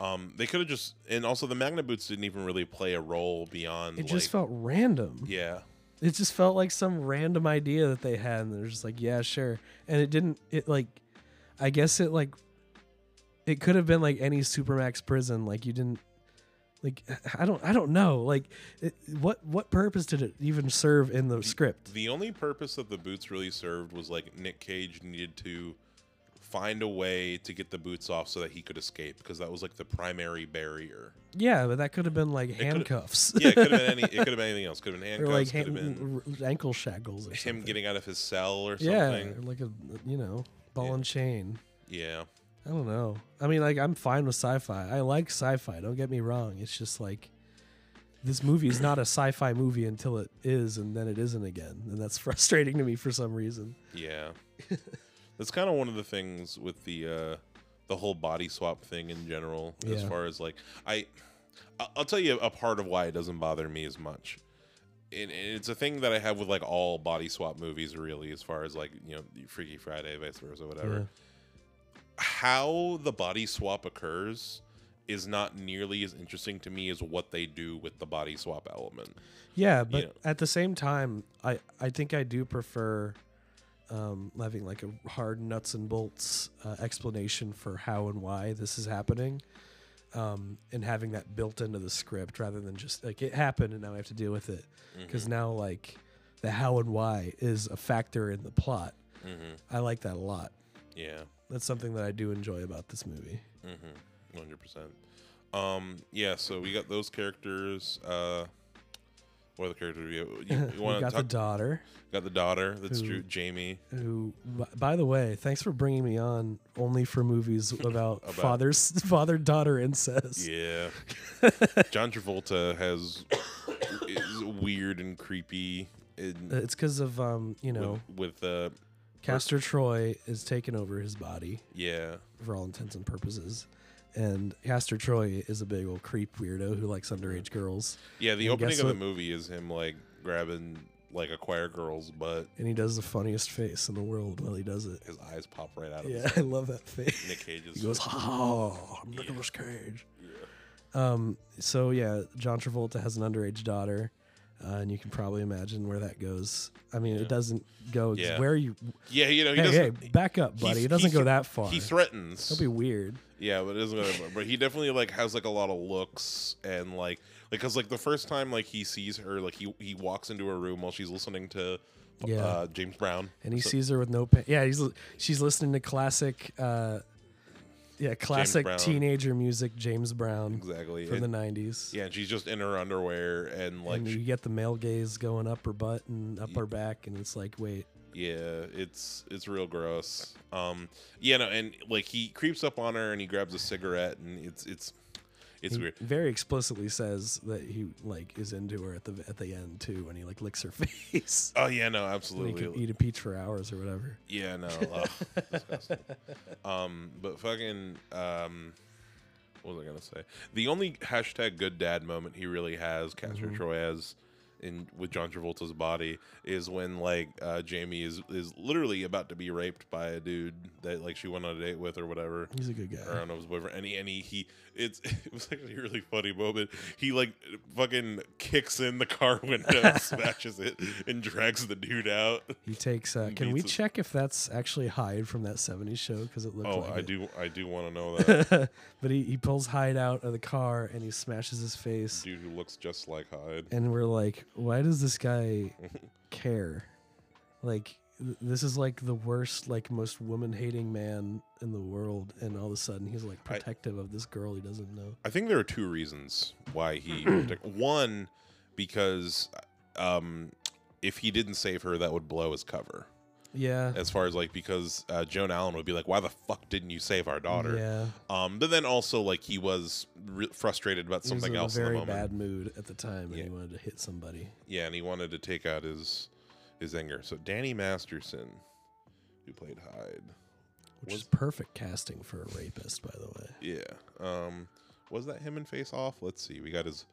S1: Um, they could have just, and also the Magna Boots didn't even really play a role beyond.
S2: It just
S1: like-
S2: felt random.
S1: yeah,
S2: It just felt like some random idea that they had, and they're just like, yeah, sure. And it didn't. It like, I guess it like, it could have been like any supermax prison. Like you didn't. Like I don't I don't know like it, what what purpose did it even serve in the script?
S1: The only purpose that the boots really served was like Nick Cage needed to find a way to get the boots off so that he could escape because that was like the primary barrier.
S2: Yeah, but that could have been like
S1: could've-
S2: handcuffs. [laughs]
S1: Yeah, it could have been any. It could have been anything else. Could have been
S2: or
S1: handcuffs.
S2: like
S1: could have
S2: hand-
S1: been
S2: r- ankle shackles or
S1: him
S2: something.
S1: getting out of his cell or
S2: yeah,
S1: something.
S2: or like a you know ball
S1: Yeah.
S2: and chain.
S1: Yeah.
S2: I don't know. I mean, like I'm fine with sci-fi. I like sci-fi. Don't get me wrong. It's just like this movie is not a sci-fi movie until it is, and then it isn't again, and that's [laughs] frustrating to me for some reason.
S1: Yeah. That's kind of one of the things with the uh the whole body swap thing in general as
S2: Yeah.
S1: far as like I I- I'll tell you a part of why it doesn't bother me as much. And and it's a thing that I have with like all body swap movies really as far as like, you know, Freaky Friday, vice versa, whatever. How the body swap occurs is not nearly as interesting to me as what they do with the body swap element.
S2: Yeah, but
S1: know.
S2: at the same time, I I think I do prefer um, having like a hard nuts and bolts uh, explanation for how and why this is happening, um, and having that built into the script rather than just like it happened and now I have to deal with it because now like the how and why is a factor in the plot. I like that a lot.
S1: Yeah.
S2: That's something that I do enjoy about this movie.
S1: Mm-hmm. Hundred percent. Um. Yeah. So we got those characters. Uh, what other characters? We, you, you
S2: [laughs] We
S1: want to
S2: got the
S1: talk?
S2: daughter.
S1: got the daughter. That's
S2: who-
S1: true. Jamie.
S2: who b- by the way thanks for bringing me on only for
S1: [laughs]
S2: movies about,
S1: About-
S2: father's [laughs] father daughter incest [laughs]
S1: Yeah. John Travolta has is weird and creepy. In,
S2: Uh, it's because of um you know
S1: With, with uh,
S2: castor troy is taking over his body
S1: yeah,
S2: for all intents and purposes and castor troy is a big old creep weirdo who likes underage girls
S1: yeah. The
S2: And
S1: opening
S2: guess
S1: of the
S2: what?
S1: movie is him like grabbing like a choir girl's butt.
S2: and he does the funniest face in the world while he does it [laughs]
S1: His eyes pop right out of
S2: yeah
S1: his
S2: i love that face
S1: Nick Cage's.
S2: he goes oh i'm Nicolas cage Um, so yeah, John Travolta has an underage daughter, uh, and you can probably imagine where that goes. I mean, it doesn't go
S1: Yeah.
S2: where you.
S1: yeah, you know he
S2: hey, hey,
S1: doesn't.
S2: back up, buddy.
S1: he-
S2: It doesn't
S1: he
S2: go
S1: thr-
S2: that far.
S1: He threatens.
S2: That'd be weird.
S1: Yeah, but it doesn't. Matter. But he definitely like has like a lot of looks and like like because like the first time like he sees her like he he walks into her room while she's listening to
S2: Yeah.
S1: uh, James Brown.
S2: And he sees her with no pants. Yeah, he's li- she's listening to classic, uh, yeah, classic
S1: Brown.
S2: teenager music, James Brown
S1: Exactly.
S2: from
S1: And-
S2: the '90s.
S1: yeah, and she's just in her underwear and like
S2: and
S1: sh-
S2: you get the male gaze going up her butt and up her back, and it's like, wait,
S1: yeah, it's it's real gross. Um, yeah, no, and like he creeps up on her and he grabs a cigarette and it's it's it's
S2: he
S1: weird.
S2: very explicitly says that he like is into her at the at the end too, when he like licks her [laughs] face.
S1: Oh yeah, no,
S2: They
S1: absolutely.
S2: could eat a peach for hours or whatever.
S1: Yeah, no.
S2: [laughs]
S1: Ugh, disgusting. Um, but fucking um, what was I gonna say? The only hashtag good dad moment he really has, Castor
S2: Mm-hmm.
S1: Troy has, in with John Travolta's body, is when like uh, Jamie is is literally about to be raped by a dude that like she went on a date with or whatever.
S2: He's a good guy.
S1: Or I don't know if it was boyfriend. Any, any, he, it's, [laughs] it was actually a really funny moment. He like fucking kicks in the car window,
S2: [laughs]
S1: smashes it, and drags the dude out.
S2: He takes. Uh, can we
S1: beats it.
S2: check if that's actually Hyde from that '70s show? Because it looked
S1: Oh,
S2: like
S1: I
S2: it.
S1: do, I do want to
S2: [laughs]
S1: know that.
S2: But he, he pulls Hyde out of the car and he smashes his face.
S1: dude who looks just like Hyde.
S2: And we're like, why does this
S1: [laughs]
S2: guy care? Like, th- this is like the worst, like most woman-hating man in the world, and all of a sudden he's like
S1: I-
S2: protective of this girl he doesn't know.
S1: I think there are two reasons why
S2: [clears throat]
S1: he. protect- One, because um, if he didn't save her, that would blow his cover.
S2: Yeah.
S1: as far as like because uh, Joan Allen would be like, "Why the fuck didn't you save our daughter?"
S2: Yeah.
S1: Um, but then also like he was re- frustrated about
S2: He was
S1: something
S2: in
S1: else
S2: a
S1: in the
S2: very
S1: moment.
S2: bad mood at the time, and
S1: Yeah.
S2: he wanted to hit somebody.
S1: Yeah, and he wanted to take out his his anger. So Danny Masterson, who played Hyde,
S2: Which
S1: Was-
S2: is perfect casting for a rapist, by the way.
S1: yeah, um, was that him in Face Off? Let's see. We got his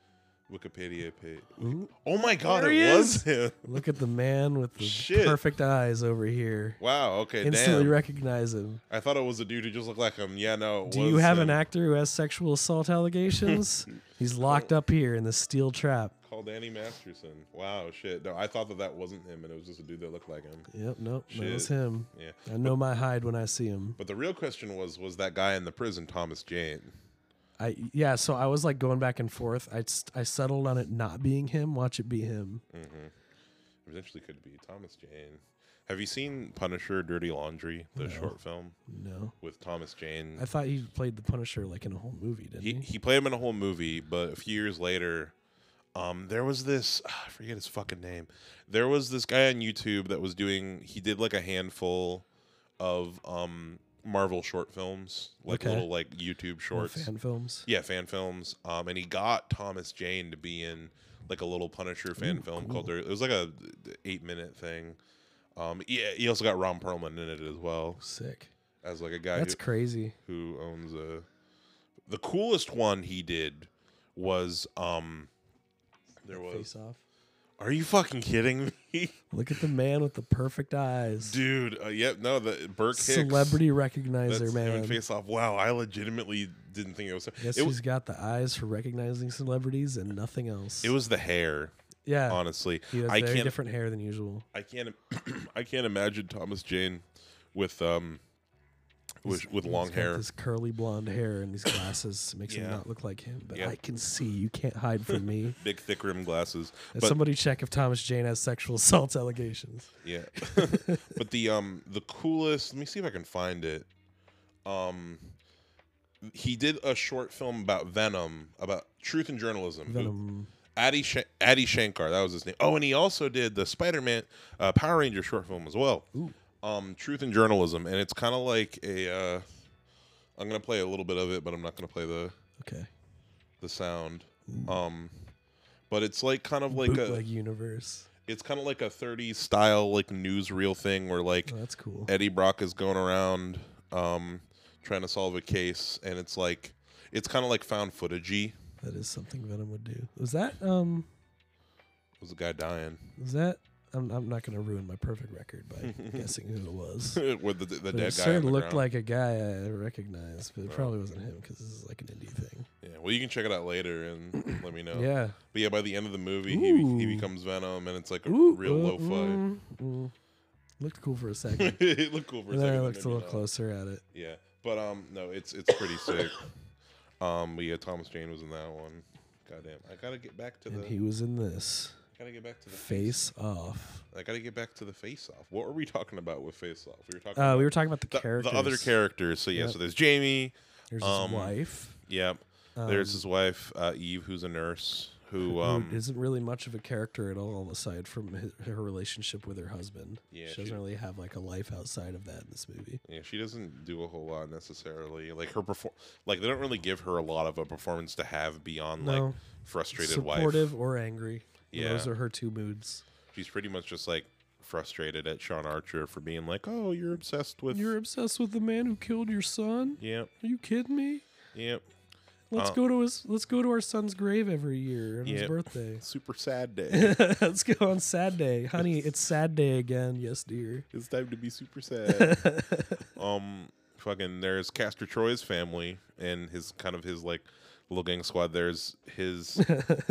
S1: Wikipedia page.
S2: Ooh,
S1: Oh my god,
S2: There
S1: it
S2: he
S1: was him.
S2: is!
S1: [laughs]
S2: look at the man with the
S1: Shit.
S2: perfect eyes over here.
S1: Wow. Okay.
S2: Instantly
S1: damn.
S2: recognize him.
S1: I thought it was a dude who just looked like him. Yeah. No. It
S2: Do
S1: was
S2: you have
S1: him.
S2: an actor who has sexual
S1: [laughs]
S2: assault allegations? He's locked up here in the steel trap.
S1: called Danny Masterson? Wow. Shit. No, I thought that that wasn't him, and it was just a dude that looked like him.
S2: Yep, nope, that was
S1: Shit.
S2: him.
S1: Yeah.
S2: I know my hide when I see him.
S1: But the real question was, was that guy in the prison Thomas Jane?
S2: I yeah, so I was like going back and forth. I s- I settled on it not being him. Watch it be him.
S1: Potentially could be Thomas Jane. Have you seen Punisher: Dirty Laundry, the short film
S2: No,
S1: with Thomas Jane?
S2: I thought he played the Punisher like in a whole movie, didn't
S1: he
S2: he?
S1: he played him in a whole movie, but a few years later, um, there was this [sighs] I forget his fucking name. There was this guy on YouTube that was doing he did like a handful of um Marvel short films, like
S2: Okay.
S1: little like YouTube
S2: Or
S1: shorts.
S2: fan films.
S1: Yeah, fan films. Um, and he got Thomas Jane to be in like a little Punisher fan film called. It was like a eight minute thing. Um, yeah, he also got Ron Perlman in it as well
S2: Sick.
S1: as like a guy
S2: That's
S1: who,
S2: crazy.
S1: who owns a. The coolest one he did was um. There was.
S2: Face off.
S1: Are you fucking kidding me, [laughs]
S2: Look at the man with the perfect eyes.
S1: dude? Uh, yep. No, the Burke Hicks.
S2: Celebrity recognizer,
S1: That's him in
S2: man.
S1: Face Off. Wow, I legitimately didn't think it was.
S2: Guess
S1: It,
S2: who's
S1: was
S2: got the eyes for recognizing celebrities and nothing else?
S1: it was the hair.
S2: yeah.
S1: Honestly,
S2: he has
S1: I
S2: very
S1: can't
S2: different hair than usual.
S1: I can't [clears throat] I can't imagine Thomas Jane with um with, with long
S2: He's got
S1: hair.
S2: This curly blonde hair and these glasses makes
S1: Yeah.
S2: him not look like him. But
S1: Yeah.
S2: I can see you can't hide
S1: [laughs]
S2: from me.
S1: Big thick rim glasses.
S2: And
S1: But
S2: somebody check if Thomas Jane has sexual assault allegations.
S1: yeah.
S2: [laughs]
S1: but the um the coolest let me see if I can find it. Um he did a short film about Venom, about truth and journalism. who-
S2: Venom.
S1: Adi, Sh- Adi Shankar, that was his name. Oh, and he also did the Spider-Man uh, Power Ranger short film as well. Um, Truth and Journalism, and it's kind of like a. Uh, I'm gonna play a little bit of it, but I'm not gonna play the
S2: Okay.
S1: the sound. Um, but it's like kind of like
S2: Mm.
S1: uh,
S2: Bootleg
S1: a
S2: universe.
S1: it's kind of like a 30s style like newsreel thing where like
S2: Oh, that's cool.
S1: Eddie Brock is going around um trying to solve a case and it's like it's kind of like found footagey.
S2: That is something Venom would do. Was that um?
S1: Was a guy dying [laughs]
S2: Was that? I'm, I'm not going to ruin my perfect record by guessing who it was.
S1: with the, the dead
S2: But it
S1: guy? on
S2: certainly
S1: the
S2: looked
S1: ground.
S2: like a guy I recognized, but it probably wasn't him because this is like an indie thing.
S1: yeah. Well, you can check it out later
S2: [clears throat]
S1: and let me know.
S2: Yeah.
S1: But yeah, by the end of the movie, he, he
S2: Ooh.
S1: becomes Venom and it's like a
S2: Ooh,
S1: real
S2: uh,
S1: lo-fi.
S2: mm, mm. Looked cool for a second.
S1: [laughs] it looked cool [laughs] for a
S2: and then
S1: second.
S2: I
S1: then
S2: looked a
S1: maybe
S2: little
S1: not.
S2: closer at it.
S1: Yeah, but um, no, it's it's pretty sick. Um, but yeah, Thomas Jane was in that one. Goddamn, I gotta get back to
S2: And
S1: the.
S2: he was in this
S1: gotta get back to the
S2: face off.
S1: I gotta get back to the face off. What were we talking about with face off? We were talking
S2: Uh,
S1: about
S2: we were talking about the,
S1: the,
S2: characters.
S1: the other characters. So yeah,
S2: Yep.
S1: so there's Jamie.
S2: There's
S1: um,
S2: his wife,
S1: Yep. there's his wife uh, Eve, who's a nurse. Who um,
S2: Um, who isn't really much of a character at all, aside from his, her relationship with her husband.
S1: Yeah,
S2: she
S1: she-
S2: doesn't really have like a life outside of that in this movie.
S1: Yeah, she doesn't do a whole lot necessarily. Like her perform, like they don't really give her a lot of a performance to have beyond like
S2: No.
S1: frustrated wife.
S2: Supportive or angry.
S1: Yeah.
S2: Those are her two moods.
S1: She's pretty much just like frustrated at Sean Archer for being like, "Oh, you're obsessed with."
S2: You're obsessed with the man who killed your son?
S1: Yep,
S2: Are you kidding me?
S1: yep.
S2: Let's
S1: Uh,
S2: go to his. Let's go to our son's grave every year on
S1: Yeah.
S2: his birthday. [laughs]
S1: Super sad day.
S2: let's go on sad day, honey. It's sad day again. Yes, dear.
S1: it's time to be super
S2: [laughs]
S1: sad. um, fucking. There's Castor Troy's family and his kind of his like little gang squad. There's
S2: [laughs]
S1: his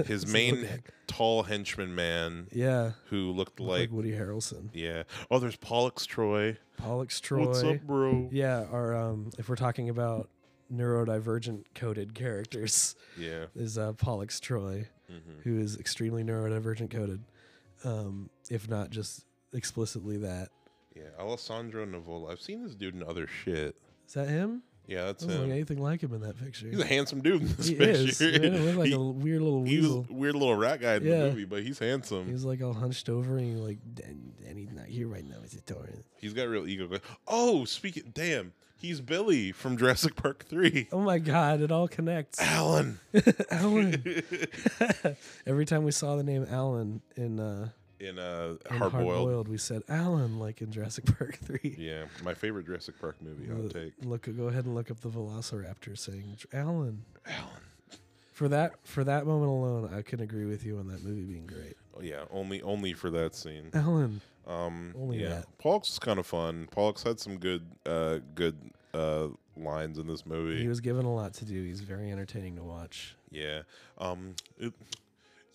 S1: his main
S2: gang.
S1: tall henchman man
S2: Yeah,
S1: who looked
S2: like
S1: like.
S2: Woody Harrelson,
S1: Yeah. Oh, there's Pollux Troy.
S2: Pollux Troy.
S1: What's up, bro?
S2: Yeah, or um, if we're talking about neurodivergent coded characters, [laughs]
S1: Yeah.
S2: is uh, Pollux Troy,
S1: Mm-hmm.
S2: who is extremely neurodivergent coded, um, if not just explicitly that.
S1: Yeah. Alessandro Nivola. I've seen this dude in other shit.
S2: Is that him?
S1: Yeah, that's
S2: Doesn't look
S1: him.
S2: anything like him in that picture.
S1: He's a handsome dude in this
S2: Oh, he is.
S1: picture.
S2: He looked like
S1: [laughs] He-
S2: a l- weird little
S1: he was
S2: weasel.
S1: a weird little rat guy in
S2: Yeah.
S1: the movie, but he's handsome.
S2: He's like all hunched over and you're like, and, and he's not here right now. He's a torrent.
S1: he's got real ego. Oh, speaking, damn, he's Billy from Jurassic Park Three.
S2: Oh my God, it all
S1: [laughs]
S2: connects.
S1: Alan.
S2: Alan. [laughs] Every time we saw the name Alan in, uh,
S1: in uh,
S2: in
S1: Hard Boiled.
S2: we said Alan, like in Jurassic Park [laughs] 3.
S1: Yeah, my favorite Jurassic Park movie. I'll
S2: Look-
S1: take
S2: Look, go ahead and look up the Velociraptor saying Alan.
S1: Alan.
S2: For that, for that moment alone, I can agree with you on that movie being great.
S1: Oh, yeah, only only for that scene.
S2: Alan,
S1: Um,
S2: Only
S1: yeah,
S2: that.
S1: Pollux was kind of fun. Pollux had some good uh, good uh, lines in this movie.
S2: he was given a lot to do. He's very entertaining to watch.
S1: yeah. Um, it,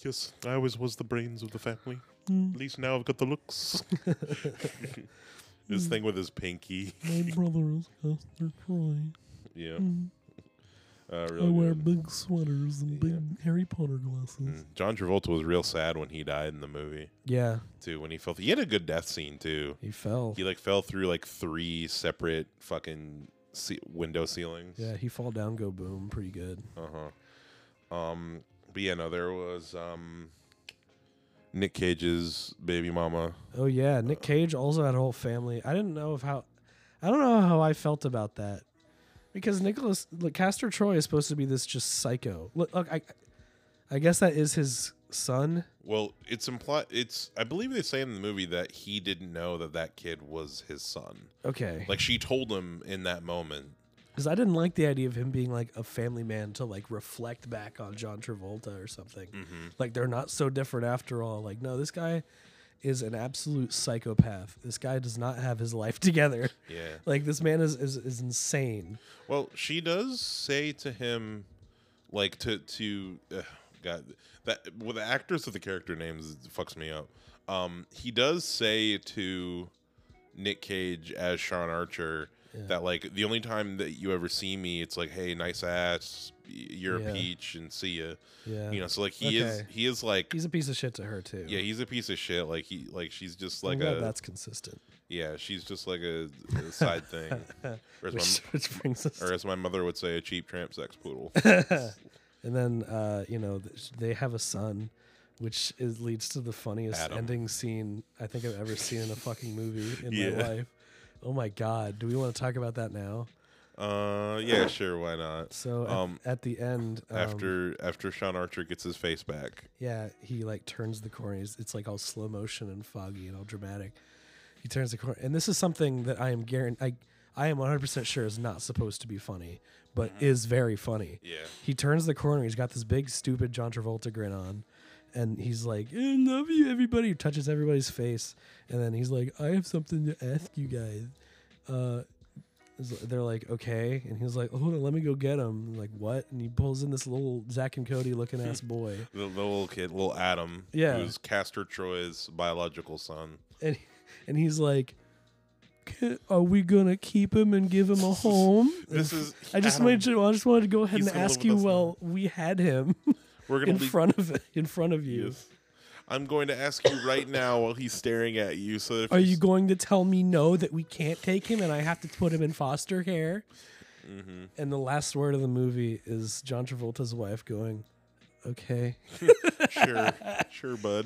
S1: yes, I always was the brains of the family.
S2: Mm.
S1: At least now I've got the
S2: [laughs]
S1: looks. this
S2: Mm.
S1: thing with his pinky.
S2: My brother is Pastor Troy.
S1: Yeah.
S2: Mm.
S1: Uh, really good.
S2: big sweaters and
S1: big
S2: Harry Potter glasses.
S1: Mm. John Travolta was real sad when he died in the movie
S2: Yeah,
S1: too. When he fell, he had a good death scene too.
S2: he fell.
S1: He like fell through like three separate fucking ce- window ceilings.
S2: yeah, he fall down, go boom, pretty good.
S1: Uh huh. Um. But yeah, no, there was um. Nick Cage's baby mama.
S2: Oh yeah, Nick Cage also had a whole family. I didn't know of how, I don't know how I felt about that, because Nicholas look, Castor Troy is supposed to be this just psycho. Look, look, I, I guess that is his son.
S1: Well, it's implied. It's I believe they say in the movie that he didn't know that that kid was his son.
S2: Okay,
S1: Like she told him in that moment.
S2: because I didn't like the idea of him being like a family man to like reflect back on John Travolta or something.
S1: Mm-hmm.
S2: Like they're not so different after all. Like no, this guy is an absolute psychopath. This guy does not have his life [laughs] together.
S1: Yeah.
S2: Like this man is is, is insane.
S1: Well, she does say to him, like to to uh, God that well the actors with the character names fucks me up. Um, he does say to Nick Cage as Sean Archer that like the only time that you ever see me, it's like, hey, nice ass, y- you're
S2: Yeah.
S1: a peach, and see ya.
S2: Yeah.
S1: You know, so like he is
S2: Okay.
S1: he is like.
S2: He's a piece of shit to her too.
S1: yeah, he's a piece of shit. Like he, like she's just like
S2: I'm glad
S1: a
S2: that's consistent.
S1: yeah, she's just like a, a side
S2: [laughs]
S1: thing. Or as my
S2: Which, which brings us,
S1: or as my mother would say, a cheap tramp sex
S2: [laughs]
S1: poodle.
S2: and then uh, you know th- they have a son, which is leads to the funniest
S1: Adam.
S2: ending scene I think I've ever seen in a fucking movie in my
S1: Yeah.
S2: life. Oh my god, do we want to talk about that now?
S1: Uh, yeah, sure, why not?
S2: So at,
S1: Um,
S2: at the end, um,
S1: after after Sean Archer gets his face back,
S2: yeah, he like turns the corner. It's, it's like all slow motion and foggy and all dramatic. He turns the corner, and this is something that I am guaran I I am 100 percent sure is not supposed to be funny, but is very funny.
S1: yeah,
S2: He turns the corner. He's got this big, stupid John Travolta grin on, and he's like, "I love you, everybody." He touches everybody's face, and then he's like, "I have something to ask you guys." Uh, is- they're like, "Okay," and he's like, "Hold on, let me go get him." like, what? And he pulls in this little Zach and Cody looking ass boy,
S1: the, the little kid, little Adam,
S2: Yeah.
S1: who's Castor Troy's biological son.
S2: and and he's like. "Ca- Are we gonna keep him and give him a home?
S1: This is
S2: I just
S1: Adam.
S2: wanted to, I just wanted to go ahead
S1: He's
S2: and
S1: gonna live
S2: ask
S1: with
S2: you.
S1: us now.
S2: Well, we had him
S1: We're gonna
S2: in
S1: leave.
S2: front of in front of you.
S1: Yes. I'm going to ask you right now while he's staring at you. So that if
S2: Are you going to tell me no that we can't take him and I have to put him in foster care?
S1: Mm-hmm.
S2: And the last word of the movie is John Travolta's wife going, "Okay." [laughs]
S1: sure, sure, bud?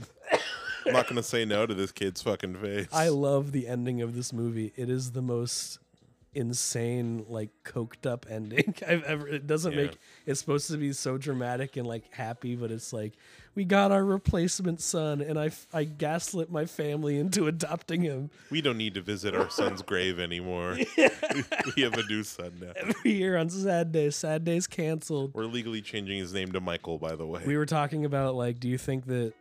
S1: I'm not gonna say no to this kid's fucking face.
S2: I love the ending of this movie. It is the most insane, like coked up ending [laughs] I've ever. It doesn't
S1: Yeah.
S2: make. It's supposed to be so dramatic and like happy, but it's like we got our replacement son, and I f- I gaslit my family into [laughs] adopting him.
S1: we don't need to visit our son's grave
S2: [laughs]
S1: anymore. [laughs] we have a new son now.
S2: Every year on sad day, sad day's canceled.
S1: We're legally changing his name to Michael, by the way.
S2: we were talking about like do you think that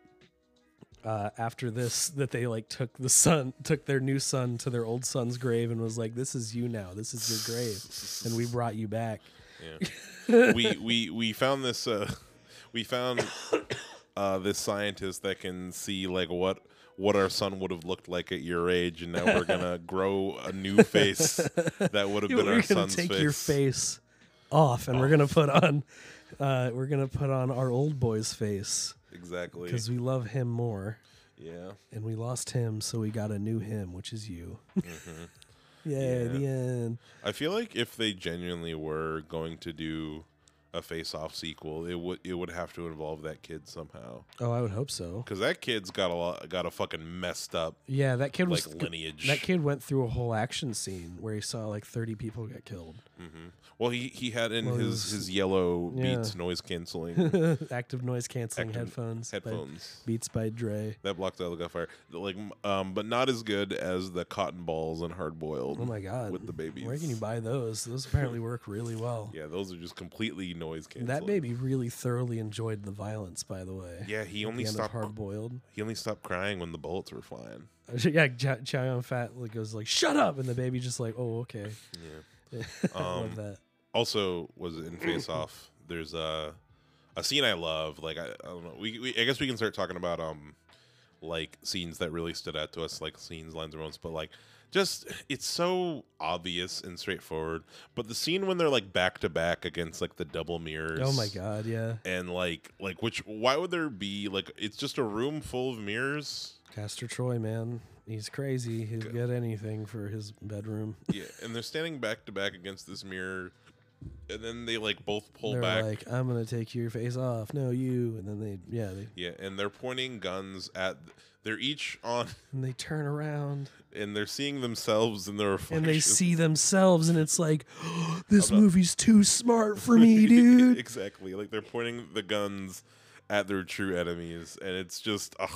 S2: uh, after this that they like took the son took their new son to their old son's grave and was like this is you now this is your grave and we brought you back
S1: we we we found this uh [laughs] we found uh this scientist that can see like what what our son would have looked like at your age and now we're
S2: [laughs]
S1: gonna grow a new face that would have been
S2: we're gonna
S1: our son's
S2: take
S1: face.
S2: your face off and we're gonna put on uh, we're gonna put on our old boy's face
S1: exactly
S2: because we love him more
S1: yeah
S2: and we lost him so we got a new him which is you Yeah,
S1: Mm-hmm.
S2: [laughs]
S1: Yeah.
S2: the end.
S1: I feel like if they genuinely were going to do a Face Off sequel, it would it would have to involve that kid somehow
S2: Oh, I would hope so.
S1: because that kid's got a lot got a fucking messed up
S2: Yeah, that kid was
S1: like lineage.
S2: that kid went through a whole action scene where he saw like 30 people get killed. [laughs]
S1: hmm Well, he he had in
S2: Well, he
S1: his
S2: was-
S1: his yellow
S2: yeah.
S1: Beats noise
S2: [laughs]
S1: canceling
S2: Active noise canceling
S1: Active
S2: headphones. by
S1: headphones.
S2: Beats by Dre.
S1: That blocked out the gunfire, like, um, but not as good as the cotton balls and hard boiled.
S2: Oh my god.
S1: with the babies.
S2: Where can you buy those? Those apparently work really well.
S1: Yeah, those are just completely noise canceling.
S2: that baby really thoroughly enjoyed the violence, by the way.
S1: Yeah, he only
S2: the end
S1: stopped.
S2: hard boiled. [laughs]
S1: He only stopped crying when the bullets were flying.
S2: yeah, Ch- Chow Yun Fat like, goes like, "Shut up," and the baby just like, "Oh, okay."
S1: Yeah.
S2: [laughs] I love
S1: Um,
S2: that.
S1: also was
S2: [clears throat]
S1: in Face Off. There's a a scene I love. Like I, I don't know. We, we I guess we can start talking about um like scenes that really stood out to us, like scenes, lines, and moments. But like just it's so obvious and straightforward. But the scene when they're like back to back against like the double mirrors.
S2: Oh my god, yeah.
S1: And like like which why would there be like it's just a room full of mirrors.
S2: Castor Troy, man, he's crazy. He'll get anything for his bedroom.
S1: Yeah, [laughs] and they're standing back to back against this mirror, and then they like both pull
S2: They're
S1: back.
S2: like, "I'm gonna take your face off." No, you. And then they, yeah, they
S1: Yeah, and they're pointing guns at. They're each on,
S2: and they turn around
S1: and they're seeing themselves in the reflection.
S2: and they see themselves, and it's like, [gasps] "This
S1: I'm not-
S2: movie's too smart
S1: [laughs]
S2: for me, dude."
S1: exactly like they're pointing the guns at their true enemies, and it's just, ugh,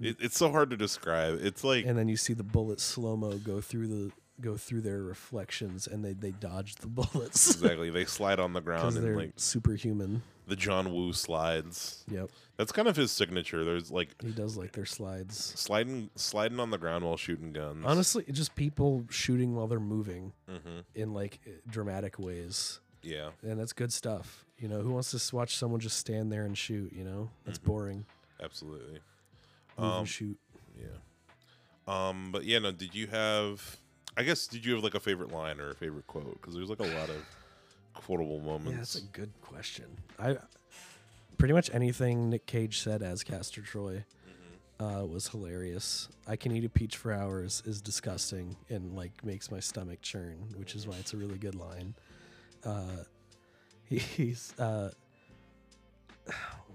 S1: it, it's so hard to describe. It's like,
S2: and then you see the bullet slow mo go through the go through their reflections, and they they dodge the [laughs] bullets
S1: [laughs] exactly they slide on the
S2: because
S1: ground and
S2: they're
S1: like
S2: superhuman.
S1: the John Woo slides.
S2: Yep,
S1: That's kind of his signature. There's like
S2: he does like their slides.
S1: sliding, sliding on the ground while shooting guns.
S2: Honestly, it's just people shooting while they're moving
S1: hmm
S2: in like eh, dramatic ways,
S1: yeah.
S2: and that's good stuff. You know, who wants to s- watch someone just stand there and shoot? You know, that's boring.
S1: Absolutely.
S2: Move
S1: Mm-hmm. Um,
S2: and shoot.
S1: Yeah. Um, but yeah, no, did you have I guess did you have like a favorite line or a favorite quote? Because there's like a lot of quotable
S2: Yeah, that's a
S1: moments.
S2: good question. I pretty much anything Nick Cage said as Castor Troy uh, was hilarious. I can eat a peach for hours is disgusting and like makes my stomach churn, which is why it's a really good line. Uh, he- he's uh, [sighs]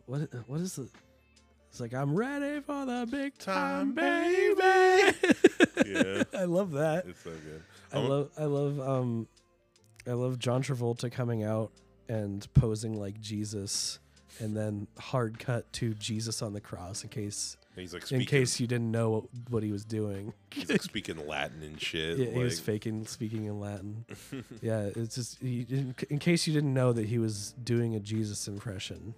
S2: what what is the? It's like I'm ready for the big time, baby.
S1: [laughs] yeah.
S2: [laughs] I love that.
S1: It's so good.
S2: I
S1: Um,
S2: love I love um I love John Travolta coming out and posing like Jesus and then hard cut to Jesus on the cross in case
S1: He's like speaking
S2: in case you didn't know what, what he was doing.
S1: he's like speaking Latin and shit.
S2: Yeah, he was
S1: like,
S2: faking speaking
S1: [laughs]
S2: in Latin. yeah, it's just he, in, in case you didn't know that he was doing a Jesus impression.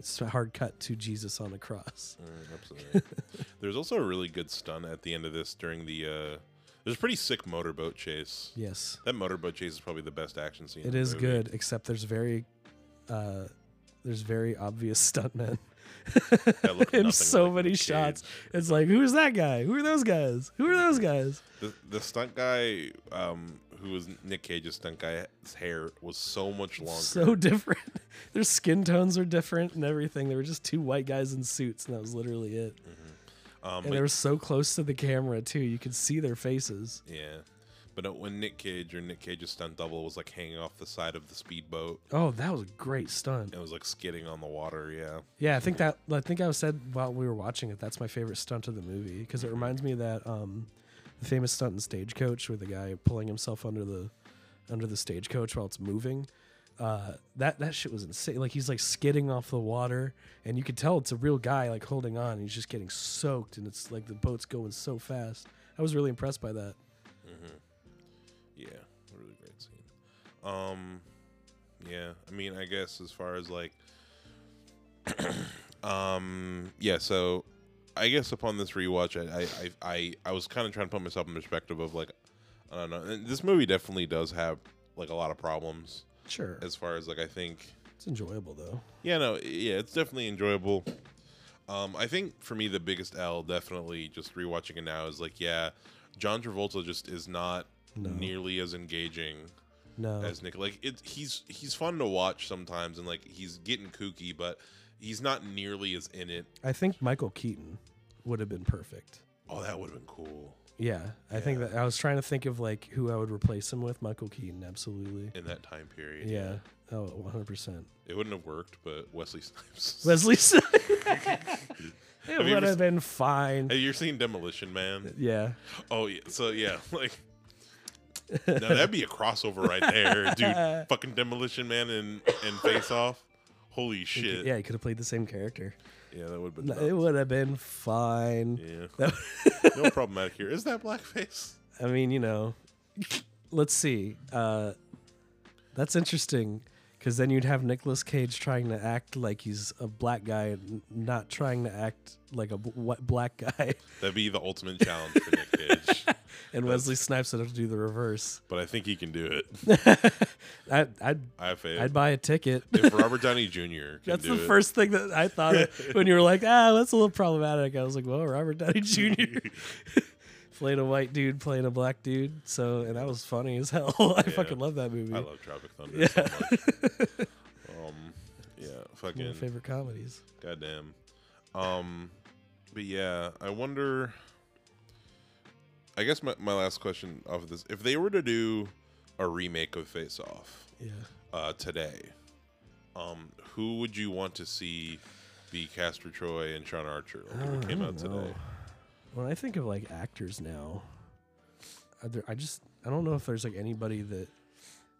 S2: It's a hard cut to Jesus on a cross.
S1: mm, absolutely. [laughs] there's also a really good stunt at the end of this during the uh there's a pretty sick motorboat chase.
S2: Yes.
S1: That motorboat chase is probably the best action scene. in
S2: It
S1: the
S2: is
S1: movie.
S2: good, except there's very, uh, there's very obvious [laughs] stuntmen.
S1: That
S2: [laughs]
S1: looked
S2: in
S1: nothing
S2: so
S1: like
S2: many
S1: Nick
S2: shots.
S1: Cage.
S2: It's like, who's that guy? Who are those guys? Who are those guys?
S1: The, the stunt guy, um, who was Nick Cage's stunt guy, his hair was so much longer.
S2: So [laughs] different. Their skin tones are different and everything. They were just two white guys in suits, and that was literally it.
S1: um,
S2: And
S1: but-
S2: they were so close to the camera too; you could see their faces.
S1: Yeah. But uh, when Nick Cage or Nick Cage's stunt double was like hanging off the side of the speedboat
S2: Oh, that was a great stunt.
S1: and was like skidding on the water, yeah.
S2: Yeah, I think that I think I said while we were watching it. That's my favorite stunt of the movie because it reminds me of that um, the famous stunt in Stagecoach with the guy pulling himself under the under the stagecoach while it's moving. Uh, that that shit was insane. Like he's like skidding off the water, and you could tell it's a real guy like holding on. And he's just getting soaked, and it's like the boat's going so fast. I was really impressed by that.
S1: Yeah. A really great scene. Um yeah, I mean I guess as far as like [clears throat] um yeah, so I guess upon this rewatch I I I, I, I was kinda trying to put myself in perspective of like I don't know. And this movie definitely does have like a lot of problems
S2: Sure,
S1: as far as like I think
S2: it's enjoyable though.
S1: Yeah, no, yeah, it's definitely enjoyable. Um, I think for me the biggest L definitely just rewatching it now is like, yeah, John Travolta just is not
S2: No.
S1: nearly as engaging
S2: No,
S1: as Nick. Like it, he's he's fun to watch sometimes, and like he's getting kooky, but he's not nearly as in it.
S2: I think Michael Keaton would have been perfect.
S1: Oh, that would have been cool.
S2: Yeah, I think
S1: Yeah.
S2: that I was trying to think of like who I would replace him with. Michael Keaton, absolutely.
S1: in that time period.
S2: Yeah. Oh,
S1: [laughs]
S2: 100 percent.
S1: It wouldn't have worked, but Wesley [laughs] Snipes.
S2: Leslie Snipes. [laughs] it
S1: you
S2: would
S1: ever
S2: have been fine.
S1: Have you ever seen Demolition Man?
S2: [laughs] Yeah.
S1: Oh yeah. So yeah, [laughs] like now that'd be a crossover right there,
S2: [laughs]
S1: dude. Fucking Demolition Man and and Face Off. Holy shit.
S2: Yeah, he could have played the same character.
S1: Yeah, that would have been.
S2: No,
S1: nuts.
S2: It would have been fine.
S1: Yeah.
S2: [laughs] That- [laughs]
S1: no problematic here. Is that blackface?
S2: I mean, you know, [laughs] let's see. Uh, that's interesting because then you'd have Nicolas Cage trying to act like he's a black guy and not trying to act like a b- wh- black guy. [laughs]
S1: That'd be the ultimate challenge for Nick Cage.
S2: And Wesley Snipes would have to do the reverse.
S1: But I think he can do it.
S2: I, I'd,
S1: I fail.
S2: I'd buy a ticket.
S1: if Robert Downey Jr. can
S2: [laughs] That's
S1: do
S2: the
S1: it,
S2: first thing that I
S1: [laughs]
S2: thought of when you were like, ah, that's a little problematic. I was like, well, Robert Downey
S1: [laughs]
S2: Jr. [laughs] played a white dude playing a black dude. So, and that was funny as hell. [laughs] I fucking love that movie.
S1: I love Tropic Thunder so much.
S2: [laughs]
S1: Um, yeah,
S2: One of
S1: fucking
S2: my favorite comedies.
S1: goddamn. Um, but yeah, I wonder. I guess my, my last question off of this: if they were to do a remake of Face Off
S2: Yeah.
S1: uh, today, um, who would you want to see be Castor Troy and Sean Archer?
S2: Oh,
S1: Like, if it came out today.
S2: When I think of like actors now, are there- I just I don't know if there's like anybody that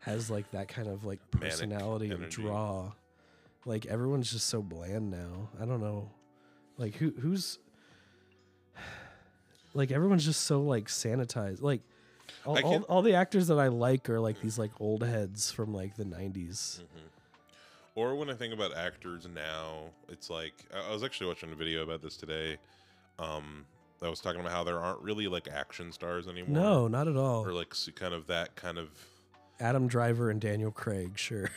S2: has like that kind of like
S1: Manic
S2: personality and
S1: energy.
S2: draw. Like everyone's just so bland now. I don't know. Like who who's like everyone's just so like sanitized. Like all,
S1: I
S2: all,
S1: can't-
S2: all the actors that I like are like these like old heads from like the 90s.
S1: Mm-hmm. Or when I think about actors now, it's like I I was actually watching a video about this today. Um, that was talking about how there aren't really like action stars anymore.
S2: No, not at all.
S1: or like s- kind of that kind
S2: [laughs]
S1: of.
S2: Adam Driver and Daniel Craig, sure.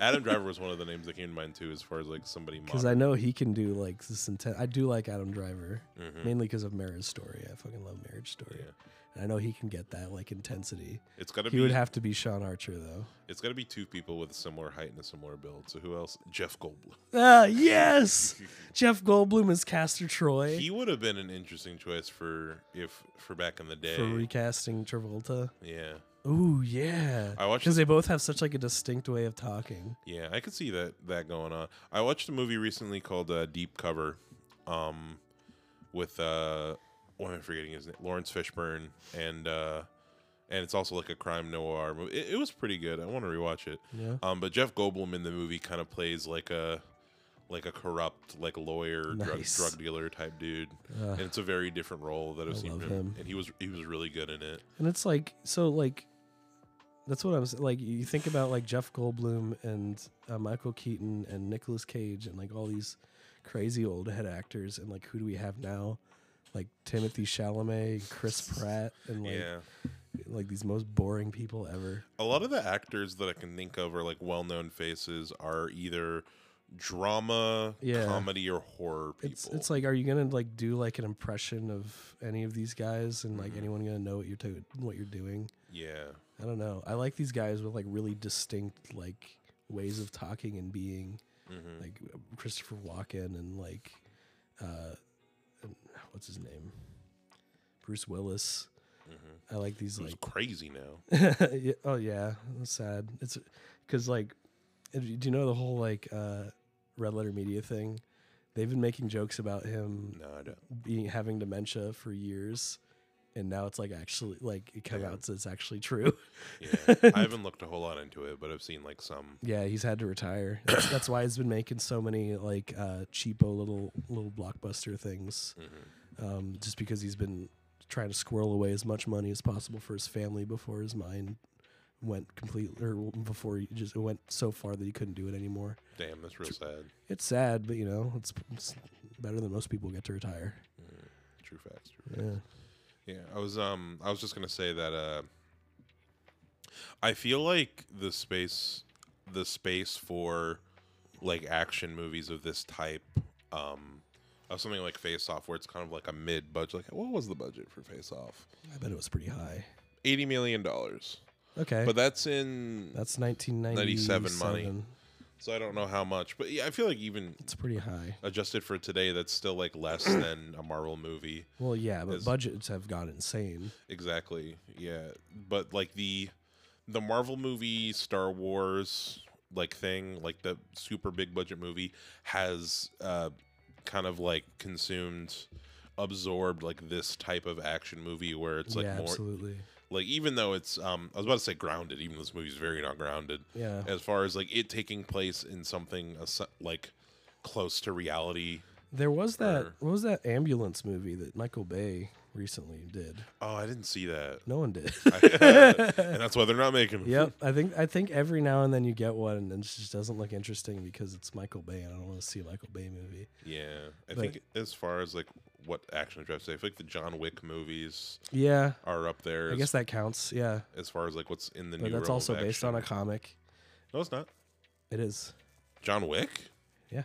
S1: Adam Driver was one of the names that came to mind too, as far as like somebody.
S2: Because I know he can do like this intense. I do like Adam Driver
S1: modern. Mhm.
S2: mainly because of Marriage Story. I fucking love Marriage Story.
S1: Yeah.
S2: And I know he can get that like intensity.
S1: It's gotta
S2: He
S1: be.
S2: would have to be Sean
S1: [laughs]
S2: Archer though.
S1: it's gotta be two people with a similar height and a similar build. So who else? Jeff Goldblum.
S2: Ah, yes, Jeff Goldblum is Castor Troy
S1: He would have been an interesting choice for if for back in the day.
S2: for recasting Travolta.
S1: yeah,
S2: Ooh yeah,
S1: I watched
S2: because they both have such like a distinct way of talking.
S1: Yeah, I could see that that going on. I watched a movie recently called uh, Deep Cover, um, with uh, what am I forgetting his name? Lawrence Fishburne, and uh, and it's also like a crime noir movie. It, it was pretty good. I want to rewatch it.
S2: Yeah.
S1: Um, but Jeff Goldblum in the movie kind of plays like a like a corrupt like lawyer, drug,
S2: Nice.
S1: drug dealer type dude, and it's a very different role that I've
S2: I
S1: seen
S2: love
S1: from him.
S2: him.
S1: And he was he was really good in it.
S2: And it's like so like that's what I'm s- like you think about like Jeff Goldblum and uh, Michael Keaton and Nicolas Cage and like all these crazy old head actors and like who do we have now? Like Timothy Chalamet, Chris Pratt and like
S1: yeah.
S2: like these most boring people ever.
S1: a lot of the actors that I can think of are like well-known faces are either drama,
S2: Yeah.
S1: comedy, or horror people.
S2: It's it's like are you going to like do like an impression of any of these guys and
S1: Mm-hmm.
S2: like anyone going to know what you're to- what you're doing?
S1: yeah,
S2: I don't know. I like these guys with like really distinct like ways of talking and being, like Christopher Walken and like, uh, and what's his name, Bruce Willis. I like these
S1: it's
S2: like.
S1: crazy
S2: [laughs]
S1: now.
S2: Yeah, oh yeah, that's sad. It's because like, if you- do you know the whole like uh, Red Letter Media thing? They've been making jokes about him
S1: No, I don't.
S2: being having dementia for years, and now it's like actually like it came out so it's actually true.
S1: Yeah, I haven't looked a whole lot into it, but I've seen like some.
S2: Yeah, he's had to retire. That's, that's why he's been making so many like uh, cheapo little little blockbuster things,
S1: Mm-hmm.
S2: um, just because he's been trying to squirrel away as much money as possible for his family before his mind went completely or before he just it went so far that he couldn't do it anymore.
S1: Damn, that's real sad.
S2: It's sad, but you know it's, it's better than most people get to retire.
S1: True facts. True facts.
S2: Yeah,
S1: Yeah, I was um I was just gonna say that uh I feel like the space the space for like action movies of this type, um of something like Face Off where it's kind of like a mid budget like what was the budget for Face Off?
S2: I bet it was pretty high.
S1: Eighty million dollars.
S2: Okay,
S1: But that's in
S2: that's nineteen ninety
S1: 97 money. So I don't know how much, but yeah, I feel like even
S2: It's pretty high.
S1: adjusted for today, that's still like less than a Marvel movie.
S2: Well, yeah, but
S1: Is-
S2: budgets have gone insane.
S1: Exactly. Yeah, but like the the Marvel movie, Star Wars like thing, like the super big budget movie has uh kind of like consumed absorbed like this type of action movie where it's like
S2: yeah,
S1: more
S2: absolutely.
S1: like even though it's um I was about to say grounded, even this movie's very not grounded.
S2: Yeah.
S1: As far as like it taking place in something as- like close to reality.
S2: There was that
S1: Or-
S2: what was that ambulance movie that Michael Bay recently did?
S1: Oh, I didn't see
S2: [laughs]
S1: that.
S2: No
S1: [laughs]
S2: one did.
S1: and that's why they're not making them.
S2: yep. I think I think every now and then you get one and it just doesn't look interesting because it's Michael Bay and I don't want to see a Michael Bay movie.
S1: Yeah, I
S2: But-
S1: think as far as like what action drives safe, like the John Wick movies
S2: Yeah.
S1: are up there.
S2: I
S1: as,
S2: guess that counts. Yeah.
S1: as far as like what's in the
S2: But
S1: new.
S2: that's
S1: realm
S2: also
S1: of
S2: based on a
S1: action.
S2: comic.
S1: No, it's not.
S2: It is.
S1: John Wick.
S2: Yeah.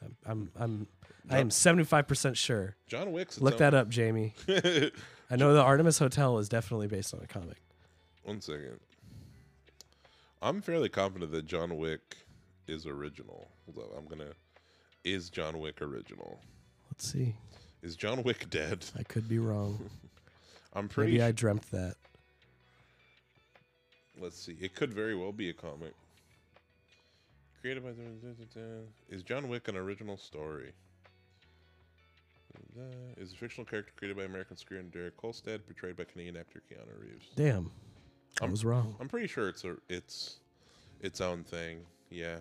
S2: I'm I'm I'm I am 75% sure.
S1: John Wick's. its
S2: Look
S1: own-
S2: that up, Jamie. I know the Artemis Hotel is definitely based on a comic.
S1: [laughs] One second. I'm fairly confident that John Wick is original. Hold up, I'm gonna. Is John Wick original?
S2: Let's see.
S1: Is John Wick dead?
S2: I could be wrong.
S1: I'm [laughs] pretty.
S2: Maybe I
S1: su-
S2: dreamt that.
S1: Let's see. It could very well be a comic. Created by the. Is John Wick an original story? Is a fictional character created by American screenwriter Derek Kolstad, portrayed by Canadian actor Keanu Reeves.
S2: Damn. I
S1: I'm-
S2: was wrong.
S1: I'm pretty sure it's a it's its own thing. Yeah,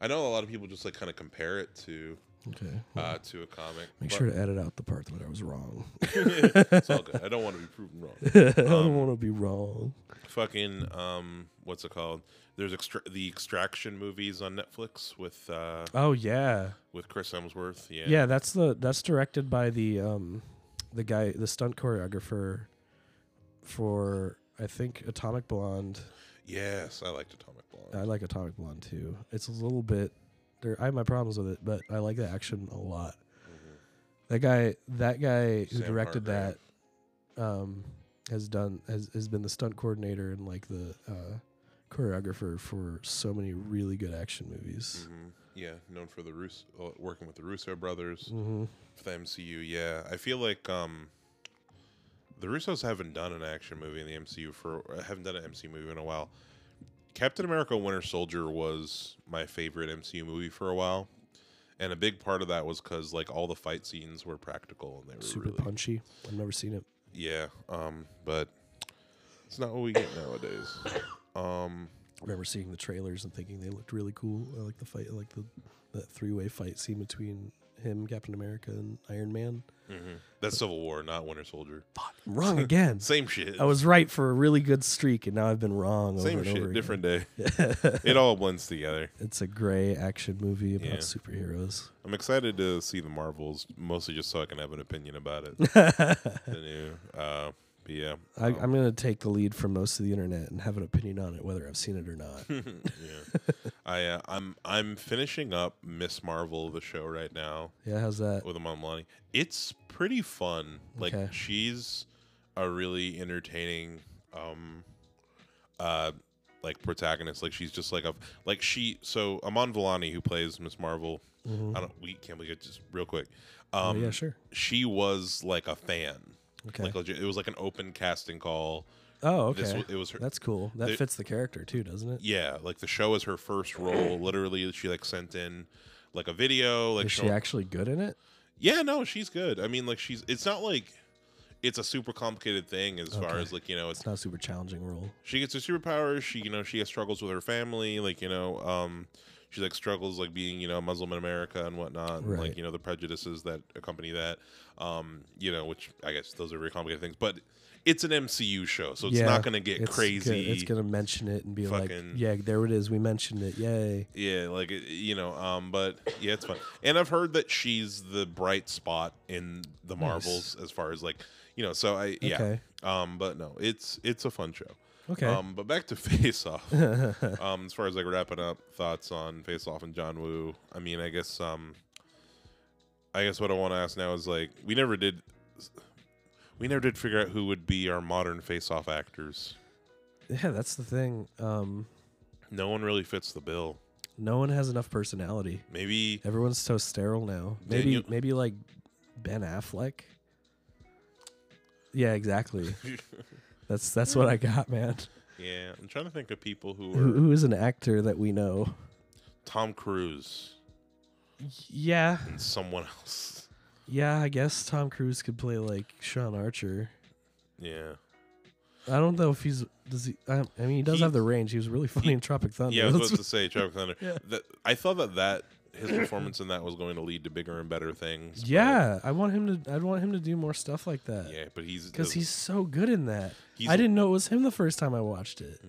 S1: I know a lot of people just like kind of compare it to
S2: Okay.
S1: uh, to a comic.
S2: Make
S1: but
S2: sure to edit out the part that I was [laughs] wrong.
S1: [laughs] it's all good. I don't want to be proven wrong.
S2: [laughs] I don't want to be wrong.
S1: Fucking um, what's it called? There's extra- the Extraction movies on Netflix with uh
S2: Oh yeah.
S1: with Chris Hemsworth. Yeah,
S2: yeah, That's the that's directed by the um, the guy, the stunt choreographer for I think Atomic Blonde.
S1: Yes, I liked Atomic Blonde.
S2: I like Atomic Blonde too. It's a little bit. There, I have my problems with it, but I like the action a lot. That guy, that guy who
S1: Sam
S2: directed
S1: Hartman.
S2: that, um, has done has has been the stunt coordinator and like the uh, choreographer for so many really good action movies.
S1: hmm Yeah, known for the Russo, uh, working with the Russo brothers
S2: Mm-hmm.
S1: for the MCU. Yeah, I feel like um, the Russos haven't done an action movie in the MCU for uh, haven't done an MCU movie in a while. Captain America: Winter Soldier was my favorite MCU movie for a while, and a big part of that was because like all the fight scenes were practical and they were
S2: Super
S1: really
S2: punchy. I've never seen it.
S1: yeah. Um, but it's not what we get nowadays. Um,
S2: I remember seeing the trailers and thinking they looked really cool. I like the fight, I like the that three way fight scene between him, Captain America, and Iron Man.
S1: mhm. that's Civil War, not Winter Soldier.
S2: Fuck, I'm wrong [laughs] again.
S1: Same shit.
S2: I was right for a really good streak, and now I've been wrong. Over
S1: Same
S2: and over
S1: shit,
S2: again.
S1: different day.
S2: [laughs]
S1: it all blends together.
S2: It's a gray action movie about
S1: Yeah.
S2: superheroes.
S1: I'm excited to see the Marvels, mostly just so I can have an opinion about
S2: [laughs]
S1: it. the new, uh, but yeah,
S2: I, I'm going to take the lead from most of the internet and have an opinion on it, whether I've seen it
S1: [laughs]
S2: or not.
S1: yeah. I, uh, I'm, I'm finishing up Miss Marvel, the show right now
S2: yeah, how's that?
S1: with Amon Lani. It's pretty fun. Like
S2: Okay.
S1: she's a really entertaining, um, uh, like protagonist. Like she's just like a like she. So Amon Villani, who plays Miss Marvel, I don't. We can't we get just real quick. Um,
S2: Mm-hmm. oh, yeah, sure.
S1: she was like a fan.
S2: Okay.
S1: Like legit, it was like an open casting call.
S2: oh, okay.
S1: This was, it was her.
S2: That's cool. That
S1: the-
S2: fits the character too, doesn't it?
S1: yeah, like the show is her first role.
S2: [clears throat]
S1: Literally, she like sent in like a video. Like
S2: Is she
S1: showing-
S2: actually good in it?
S1: yeah, no, she's good. I mean, like she's. It's not like it's a super complicated thing as far
S2: Okay.
S1: as like you know. It's
S2: It's not a super challenging role.
S1: she gets her superpowers. She you know she has struggles with her family. Like you know um. She like struggles like being you know Muslim in America and whatnot, and,
S2: Right.
S1: like you know the prejudices that accompany that, um, you know which I guess those are very complicated things. But it's an MCU show, so it's
S2: Yeah,
S1: not going to get
S2: it's
S1: crazy.
S2: Good. It's going to mention it and be like,
S1: fucking-
S2: yeah, there it is. We mentioned it. Yay.
S1: Yeah, like it- you know, um, but yeah, it's fun. And I've heard that she's the bright spot in the Marvels as far as like you know. So I yeah,
S2: Okay.
S1: um, but no, it's it's a fun show.
S2: Okay.
S1: Um, but back to [laughs] Face
S2: [laughs]
S1: Off. um, as far as like wrapping up thoughts on Face Off and John Woo. I mean, I guess um, I guess what I want to ask now is like we never did. We never did figure out who would be our modern face-off actors.
S2: yeah, that's the thing. Um,
S1: No one really fits the bill.
S2: No one has enough personality.
S1: Maybe
S2: Everyone's so sterile now. Maybe
S1: Daniel-
S2: maybe like Ben Affleck. Yeah, [laughs] exactly. That's that's what I got, man.
S1: yeah. I'm trying to think of people
S2: Who,
S1: who are
S2: who is an actor that we know?
S1: Tom Cruise
S2: Yeah,
S1: and someone else. [laughs]
S2: yeah. I guess Tom Cruise could play like Sean Archer.
S1: Yeah.
S2: I don't know if he's does he. I, I mean, he does
S1: He-
S2: have the range. He was really funny
S1: he-
S2: in Tropic Thunder.
S1: Yeah, I was
S2: That's
S1: about to say Tropic Thunder.
S2: [laughs] Yeah.
S1: That, I thought that that his performance in that was going to lead to bigger and better things. but-
S2: Yeah, I want him to. I'd want him to do more stuff like that
S1: yeah, but he's
S2: because he's so good in that.
S1: He's-
S2: I didn't know it was him the first time I watched it.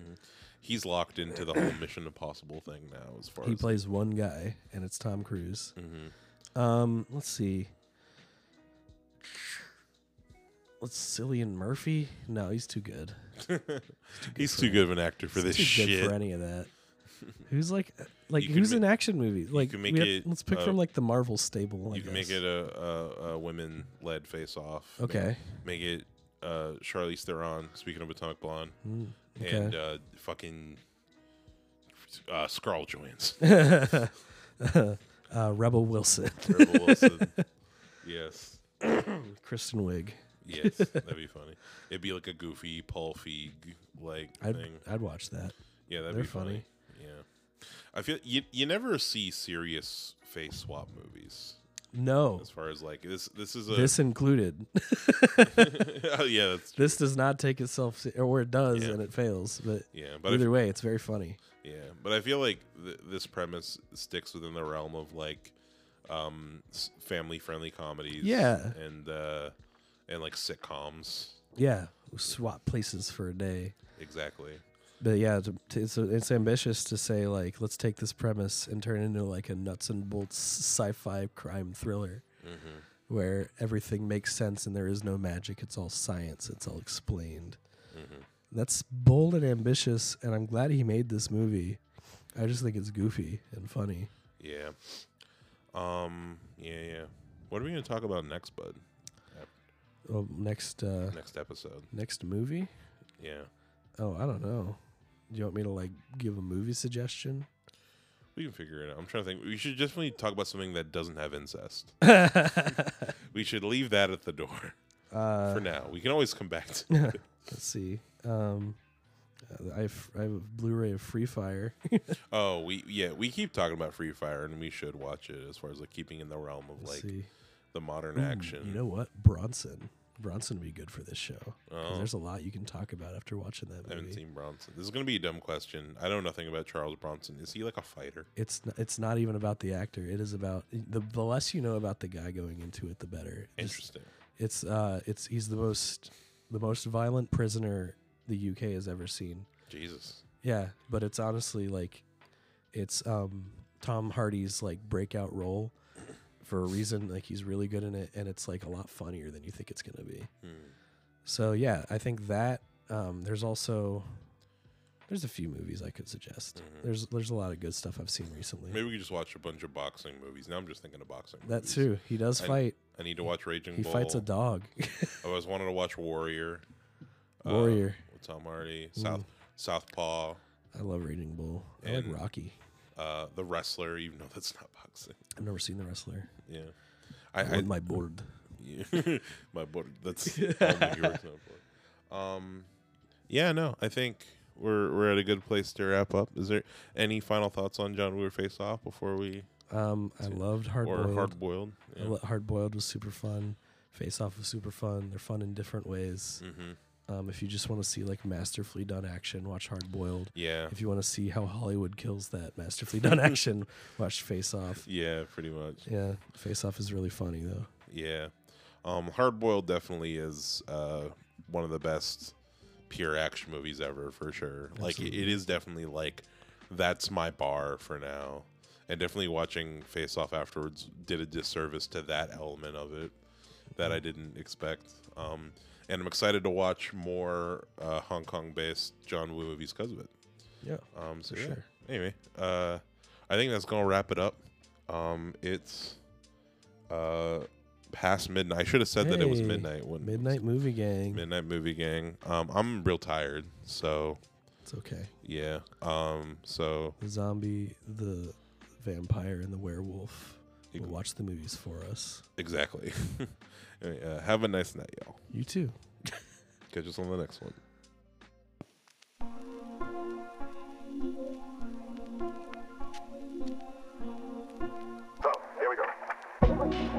S1: he's locked into the whole Mission Impossible thing now. As far
S2: He
S1: as
S2: plays one guy, and it's Tom Cruise.
S1: Mhm.
S2: Um, let's see. What's Cillian Murphy? No, he's too good.
S1: he's too good of an actor for this
S2: he's too
S1: shit.
S2: good for any
S1: [laughs]
S2: of that. Who's like, uh, like
S1: You can
S2: who's
S1: ma-
S2: in action movies? Like,
S1: can make
S2: we have-
S1: it,
S2: let's pick
S1: uh,
S2: from like the Marvel stable. I
S1: you can make
S2: guess.
S1: it a, a, a women led face off.
S2: Okay.
S1: Make, it uh, Charlize Theron. Speaking of Atomic Blonde,
S2: Mm,
S1: and uh, fucking uh, Scarl Johansson.
S2: okay. uh,
S1: [laughs]
S2: Rebel Wilson,
S1: Rebel
S2: [laughs]
S1: Wilson. Yes.
S2: Kristen Wiig.
S1: Yes, that'd be funny. It'd be like a goofy Paul Feig like
S2: I'd
S1: thing.
S2: I'd watch that.
S1: Yeah, that'd
S2: they're
S1: be funny. Yeah, I feel you. You never see serious face swap movies.
S2: No,
S1: As far as like this, this is a
S2: this included. [laughs]
S1: oh [laughs] yeah, that's
S2: this does not take itself, se- or it does
S1: Yeah.
S2: and it fails. But
S1: yeah. But I
S2: either way, it's very funny.
S1: Yeah, but I feel like th- this premise sticks within the realm of like um, s- family-friendly comedies.
S2: Yeah.
S1: and uh, and like sitcoms.
S2: Yeah, swap places for a day.
S1: Exactly.
S2: But yeah, to- to- it's it's ambitious to say like, let's take this premise and turn it into like a nuts and bolts sci-fi crime thriller where everything makes sense and there is no magic. It's all science. It's all explained. That's bold and ambitious, and I'm glad he made this movie. I just think it's goofy and funny.
S1: Yeah. Um. Yeah. Yeah. What are we gonna talk about next, bud?
S2: Oh, next uh,
S1: Next episode.
S2: next movie?
S1: Yeah.
S2: Oh, I don't know. Do you want me to like give a movie suggestion?
S1: We can figure it out. I'm trying to think. We should definitely talk about something that doesn't have incest. we should leave that at the door [laughs]
S2: Uh,
S1: for now. We can always come back [laughs] to
S2: Let's see. Um, uh, I have, I have a Blu-ray of Free Fire.
S1: Oh, we yeah, we keep talking about Free Fire and we should watch it as far as like keeping in the realm of
S2: Let's
S1: like
S2: see.
S1: the modern
S2: Ooh,
S1: action.
S2: You know what? Bronson. Bronson would be good for this show. 'cause
S1: Oh.
S2: There's a lot you can talk about after watching that
S1: I haven't
S2: movie.
S1: seen Bronson. This is gonna be a dumb question. I know nothing about Charles Bronson. Is he like a fighter?
S2: It's n- it's not even about the actor. It is about the the less you know about the guy going into it, the better. Just-
S1: Interesting.
S2: it's uh it's he's the most the most violent prisoner the UK has ever seen.
S1: Jesus.
S2: Yeah, but it's honestly like it's um Tom Hardy's like breakout role for a reason like he's really good in it and it's like a lot funnier than you think it's going to be.
S1: Hmm.
S2: So yeah, I think that um there's also there's a few movies I could suggest.
S1: Mm-hmm.
S2: There's there's a lot of good stuff I've seen recently.
S1: Maybe we could just watch a bunch of boxing movies. Now I'm just thinking of boxing.
S2: That
S1: movies.
S2: too. He does
S1: I-
S2: fight.
S1: I need to watch Raging
S2: He
S1: Bull.
S2: fights a dog. [laughs]
S1: I always wanted to watch Warrior. uh,
S2: Warrior.
S1: with Tom Hardy.
S2: Mm.
S1: South Southpaw.
S2: I love Raging Bull. I like
S1: and-
S2: Rocky.
S1: Uh, the wrestler, even though that's not [laughs] boxing.
S2: I've never seen the wrestler.
S1: Yeah.
S2: I,
S1: I, I
S2: my board.
S1: Yeah. [laughs] my board.
S2: [laughs]
S1: That's all my viewers know for. Um, yeah, no, I think we're we're at a good place to wrap up. Is there any final thoughts on John Wheeler Face Off before we
S2: Um, I loved Hard
S1: or
S2: Boiled.
S1: Hard Boiled? Yeah.
S2: Hard Boiled was super fun. Face Off was super fun. They're fun in different ways.
S1: Mhm.
S2: Um, if you just want to see like masterfully done action, watch Hard Boiled.
S1: yeah,
S2: If you want to see how Hollywood kills that masterfully [laughs] done action, watch Face Off.
S1: yeah, pretty much.
S2: Yeah, Face Off is really funny though.
S1: Yeah, um, Hard Boiled definitely is uh, one of the best pure action movies ever for sure. Like it, it is definitely like that's my bar for now. And definitely watching Face Off afterwards did a disservice to that element of it that I didn't expect. Um, and I'm excited to watch more uh, Hong Kong based John Woo movies because of it.
S2: Yeah.
S1: Um, so
S2: For
S1: yeah.
S2: sure.
S1: Anyway, uh, I think that's gonna wrap it up. Um, it's uh past midnight. I should have said that it was
S2: Hey,
S1: midnight. When
S2: Midnight Movie Gang.
S1: midnight movie gang. Um, I'm real tired, so
S2: it's okay.
S1: yeah. Um, so
S2: The zombie, the vampire and the werewolf will
S1: Ex-
S2: watch the movies for us.
S1: Exactly. [laughs] uh, have a nice night, y'all.
S2: You too.
S1: Catch us on the next one.
S3: So, here we go.